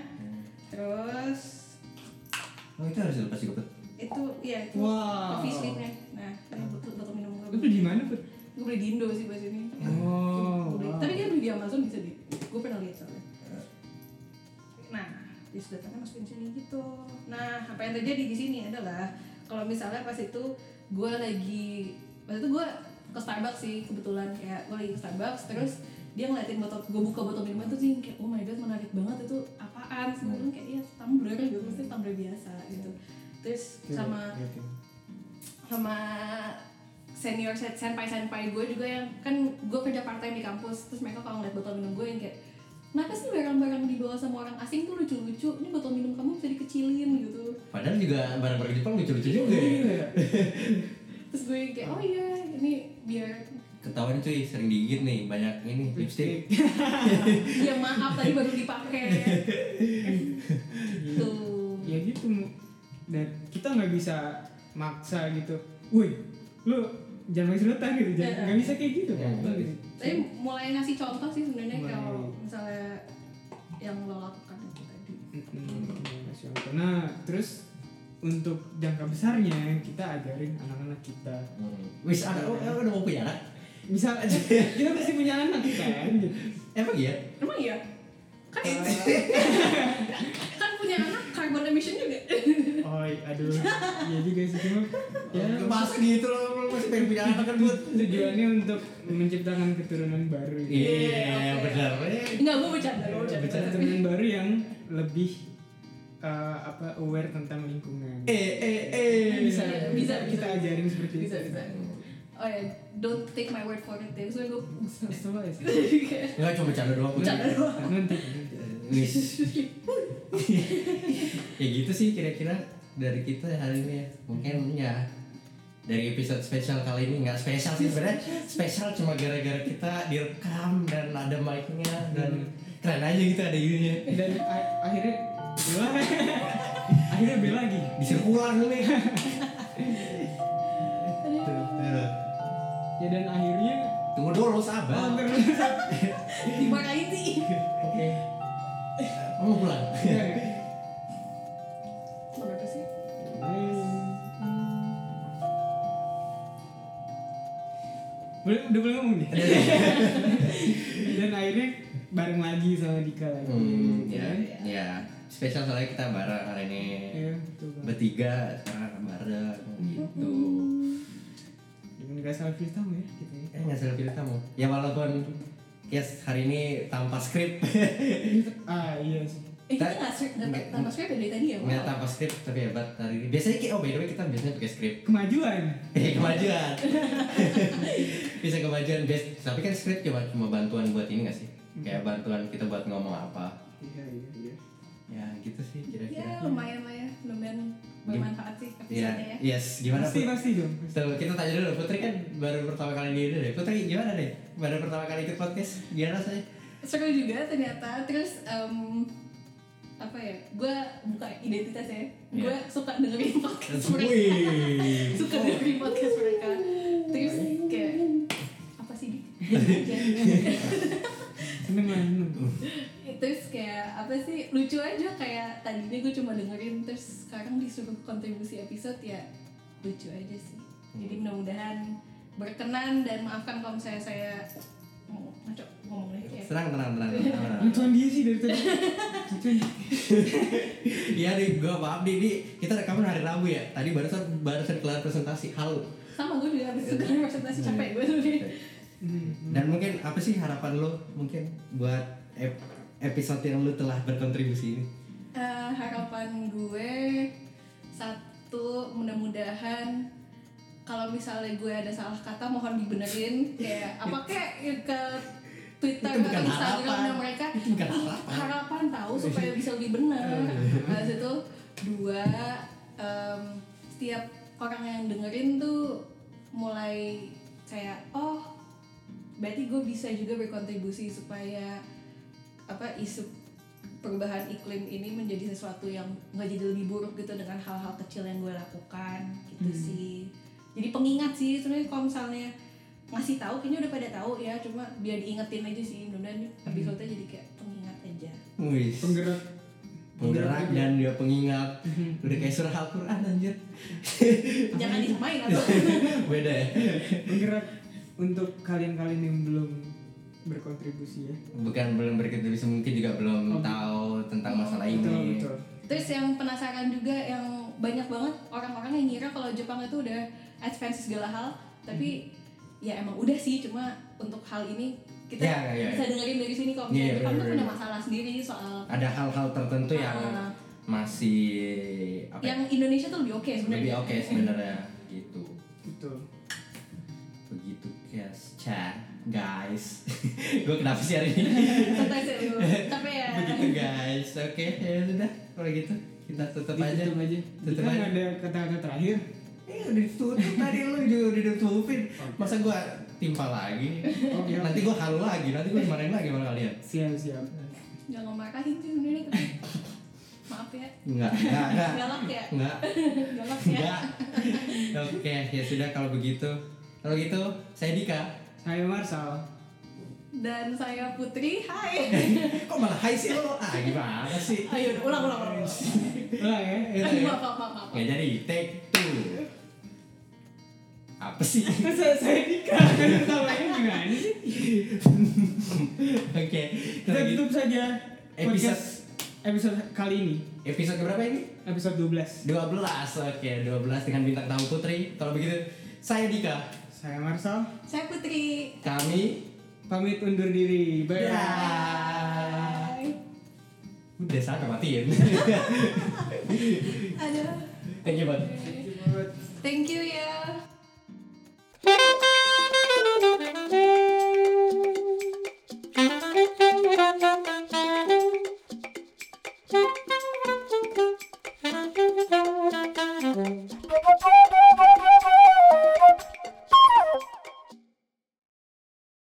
Speaker 4: Terus
Speaker 3: Oh, itu harus dilepas juga, Put.
Speaker 4: itu ya itu
Speaker 2: Wow.
Speaker 4: coffee sweetnya nah ini botol botol minum
Speaker 2: itu
Speaker 4: gue
Speaker 2: beli di mana put
Speaker 4: gue beli di Indo sih pas ini
Speaker 2: oh
Speaker 4: Gua beli.
Speaker 2: wow.
Speaker 4: tapi dia beli di Amazon bisa deh gue pernah lihat soalnya nah di sedotannya masukin sini gitu nah apa yang terjadi di sini adalah kalau misalnya pas itu gue lagi pas itu gue ke Starbucks sih kebetulan kayak gue lagi ke Starbucks terus dia ngeliatin botol gue buka botol minuman tuh sih kayak oh my god menarik banget itu apaan Terus gua bilang kayak iya tumbler gitu mesti tumbler biasa gitu terus
Speaker 2: Oke,
Speaker 4: sama
Speaker 2: liatin.
Speaker 4: sama senior senpai senpai gue juga yang kan gue kerja part time di kampus terus mereka kalau ngeliat botol minum gue yang kayak kenapa sih barang-barang dibawa sama orang asing tuh lucu-lucu ini botol minum kamu bisa dikecilin gitu
Speaker 3: Padahal juga barang-barang Jepang lucu-lucu juga. ya.
Speaker 2: Iya.
Speaker 4: terus gue yang kayak oh iya ini biar
Speaker 3: Ketahuan cuy, sering digigit nih, banyak ini lipstick.
Speaker 2: lipstick
Speaker 4: ya maaf tadi baru dipakai tuh
Speaker 2: ya gitu Mu. dan kita nggak bisa maksa gitu woi lu jangan pakai sedotan gitu jangan
Speaker 4: Iya.
Speaker 2: nggak bisa kayak gitu
Speaker 3: Iya,
Speaker 2: kan
Speaker 3: nggak bisa.
Speaker 4: tapi mulai ngasih contoh sih sebenarnya
Speaker 2: Mulai.
Speaker 4: kalau misalnya yang lo lakukan itu tadi
Speaker 2: nasional. Nah, terus untuk jangka besarnya kita ajarin anak-anak kita.
Speaker 3: Hmm. Wis, ada oh, eh, udah mau punya anak?
Speaker 2: Misal aja kita pasti punya anak kan.
Speaker 3: Emang iya?
Speaker 4: emang iya kan kan punya anak carbon emission juga
Speaker 2: Oh, aduh. Iya juga sih cuma ya
Speaker 3: Masa gitu loh, lo masih pengen punya anak kan, Put?
Speaker 2: tujuannya untuk menciptakan keturunan baru. gitu.
Speaker 3: Iya,
Speaker 4: oke.
Speaker 3: benar. Eh,
Speaker 4: Enggak, gue bercanda, gue bercanda.
Speaker 2: Keturunan baru yang lebih eh, apa aware tentang lingkungan.
Speaker 3: Eh, eh, eh.
Speaker 2: Bisa,
Speaker 4: Iya, bisa,
Speaker 2: bisa,
Speaker 4: bisa.
Speaker 2: kita ajarin seperti
Speaker 4: Bisa,
Speaker 2: itu.
Speaker 4: bisa. Oh ya, don't take my word for it. Ya, soalnya gue
Speaker 2: Setelah ya.
Speaker 3: Enggak cuma bercanda doang Put.
Speaker 4: bercanda doang.
Speaker 2: Nanti, nanti.
Speaker 3: Wis. ya gitu sih kira-kira dari kita hari ini ya. Mungkin ya dari episode spesial kali ini nggak spesial sih sebenarnya spesial cuma gara-gara kita direkam dan ada mic-nya dan keren aja gitu ada ininya
Speaker 2: dan a- akhirnya bela akhirnya bela lagi
Speaker 3: disuruh pulang nih
Speaker 2: ya dan akhirnya
Speaker 3: tunggu dulu sabar
Speaker 2: oh,
Speaker 3: oke
Speaker 2: terus
Speaker 4: Dimarahin sih.
Speaker 3: Kamu mau pulang
Speaker 2: Iya,
Speaker 4: Lo berapa sih?
Speaker 2: boleh udah boleh ngomong
Speaker 3: Iya,
Speaker 2: nih dan akhirnya bareng lagi sama Dika lagi
Speaker 3: hmm,
Speaker 2: gitu
Speaker 3: ya
Speaker 2: kan.
Speaker 3: ya spesial soalnya kita bareng hari ini
Speaker 2: Iya, betul banget.
Speaker 3: bertiga sekarang bareng gitu
Speaker 2: Dengan gak salah freestyle ya kita ya.
Speaker 3: eh nggak salah pilih tamu ya walaupun yes hari ini tanpa skrip
Speaker 2: Ini- ah iya sih.
Speaker 4: Eh, kita
Speaker 3: Ta-
Speaker 4: nggak script, dapat
Speaker 3: nggak-
Speaker 4: tanpa script ya dari tadi ya?
Speaker 3: Nggak tanpa skrip tapi hebat hari ini. Biasanya kayak oh by the way kita biasanya pakai skrip.
Speaker 2: kemajuan
Speaker 3: Eh kemajuan. Bisa kemajuan best. Tapi kan skrip cuma cuma bantuan buat ini gak sih? Kayak bantuan kita buat ngomong apa.
Speaker 2: iya iya iya
Speaker 3: Ya gitu sih
Speaker 4: Ya,
Speaker 3: kira-kira.
Speaker 4: lumayan lah ya. Lumayan bermanfaat sih
Speaker 3: Iya.
Speaker 4: episode-nya ya.
Speaker 3: Yes, gimana
Speaker 2: pasti
Speaker 3: Put?
Speaker 2: pasti dong pasti.
Speaker 3: Tuh, kita tanya dulu Putri kan baru pertama kali ini deh. Putri gimana deh? Baru pertama kali ikut podcast. Gimana rasanya?
Speaker 4: Seru juga ternyata. Terus, em, apa ya? Gue buka identitas ya.
Speaker 3: Iya.
Speaker 4: Gue suka dengerin podcast mereka.
Speaker 3: Wih.
Speaker 4: suka dengerin podcast mereka. Terus kayak, apa sih Dik?
Speaker 2: seneng lah seneng
Speaker 4: terus kayak apa sih lucu aja kayak tadinya gue cuma dengerin terus sekarang disuruh kontribusi episode ya lucu aja sih jadi
Speaker 3: Hmm.
Speaker 4: mudah-mudahan berkenan dan maafkan kalau misalnya saya mau ngaco ngomong lagi ya
Speaker 3: Tenang, tenang, tenang. tenang, tenang.
Speaker 2: lucuan dia sih dari tadi lucuan
Speaker 3: Iya nih, gue paham nih, ini kita rekaman hari Rabu ya. Tadi barusan barusan kelar presentasi halu.
Speaker 4: sama gue
Speaker 3: Iya.
Speaker 4: juga habis itu kan presentasi capek gue tuh
Speaker 2: Hmm.
Speaker 3: Dan mungkin apa sih harapan lo mungkin buat ep- episode yang lo telah berkontribusi ini?
Speaker 4: Eh, harapan gue satu mudah-mudahan kalau misalnya gue ada salah kata mohon dibenerin kayak apa kayak ya ke Twitter
Speaker 3: Itu bukan
Speaker 4: atau Instagramnya
Speaker 3: harapan.
Speaker 4: mereka
Speaker 3: Itu bukan
Speaker 4: Ih,
Speaker 3: harapan.
Speaker 4: harapan tahu supaya bisa lebih benar habis itu dua em, setiap orang yang dengerin tuh mulai kayak oh berarti gue bisa juga berkontribusi supaya apa isu perubahan iklim ini menjadi sesuatu yang nggak jadi lebih buruk gitu dengan hal-hal kecil yang gue lakukan gitu sih jadi pengingat sih sebenarnya kalau misalnya ngasih tahu kayaknya udah pada tahu ya cuma biar diingetin aja sih mudah-mudahan episode jadi kayak pengingat aja
Speaker 3: Wih,
Speaker 2: penggerak
Speaker 3: penggerak dan dia pengingat.
Speaker 2: Mhm.
Speaker 3: Udah kayak surah Al-Quran anjir.
Speaker 4: jangan disamain atau
Speaker 3: Beda ya?
Speaker 2: penggerak untuk kalian-kalian yang belum berkontribusi ya
Speaker 3: Bukan belum berkontribusi, mungkin juga belum tahu tentang masalah ini.
Speaker 2: betul betul
Speaker 4: terus yang penasaran juga yang banyak banget orang-orang yang ngira kalau Jepang itu udah advance segala hal tapi ya emang udah sih cuma untuk hal ini kita
Speaker 3: Hmm. Ya, ya, ya.
Speaker 4: bisa dengerin dari sini kalau
Speaker 3: Ya,
Speaker 4: misalnya
Speaker 3: ya,
Speaker 4: Jepang
Speaker 3: bener,
Speaker 4: tuh
Speaker 3: bener.
Speaker 4: punya masalah sendiri soal
Speaker 3: Ada hal-hal tertentu yang
Speaker 4: Ah.
Speaker 3: masih apa? ya,
Speaker 4: yang Indonesia tuh lebih oke
Speaker 3: lebih
Speaker 4: sebenarnya
Speaker 3: oke sebenarnya gitu.
Speaker 2: betul
Speaker 3: begitu guys chat guys gue kenapa sih hari ini
Speaker 4: Santai sih lu. Capek
Speaker 2: Iya.
Speaker 4: ya.
Speaker 3: begitu guys oke ya sudah kalau gitu kita tutup aja
Speaker 2: Ditutup aja
Speaker 3: tutup
Speaker 2: kita
Speaker 3: aja
Speaker 2: nggak kan ada kata-kata terakhir
Speaker 3: eh udah ditutup tadi lu juga udah ditutupin masa gue timpa lagi
Speaker 2: Oke, oke.
Speaker 3: nanti gue halu lagi nanti gue dimarahin lagi sama kalian
Speaker 2: siap siap
Speaker 4: Jangan marahin sih sebenarnya. tapi Maaf ya.
Speaker 3: enggak enggak enggak
Speaker 4: Galak ya.
Speaker 3: enggak
Speaker 4: Galak ya.
Speaker 3: enggak oke ya sudah kalau begitu kalau gitu saya Dika
Speaker 2: saya Marsal
Speaker 4: Dan saya Putri. Hai.
Speaker 3: kok malah hai sih lo ah gimana sih
Speaker 4: Ayo ulang ulang ulang.
Speaker 2: ulang ya
Speaker 4: Aduh, Maaf maaf maaf. maaf.
Speaker 3: Nggak jadi, take two Apa sih? Oke,
Speaker 2: Terus saya, saya nikah kan ketawanya gimana sih kita
Speaker 3: kalau gitu.
Speaker 2: tutup saja
Speaker 3: Episode-
Speaker 2: podcast episode kali ini
Speaker 3: Episode berapa ini?
Speaker 2: episode 12
Speaker 3: 12, oke 12 dengan bintang tamu Putri Kalau begitu, saya Dika
Speaker 2: saya Marsal
Speaker 4: Saya Putri.
Speaker 3: Kami
Speaker 2: pamit undur diri bye
Speaker 3: Dah.
Speaker 4: Hai.
Speaker 3: Udah sana matiin
Speaker 4: Ada.
Speaker 3: Thank you, Bang.
Speaker 2: Thank you banget.
Speaker 4: Thank you ya.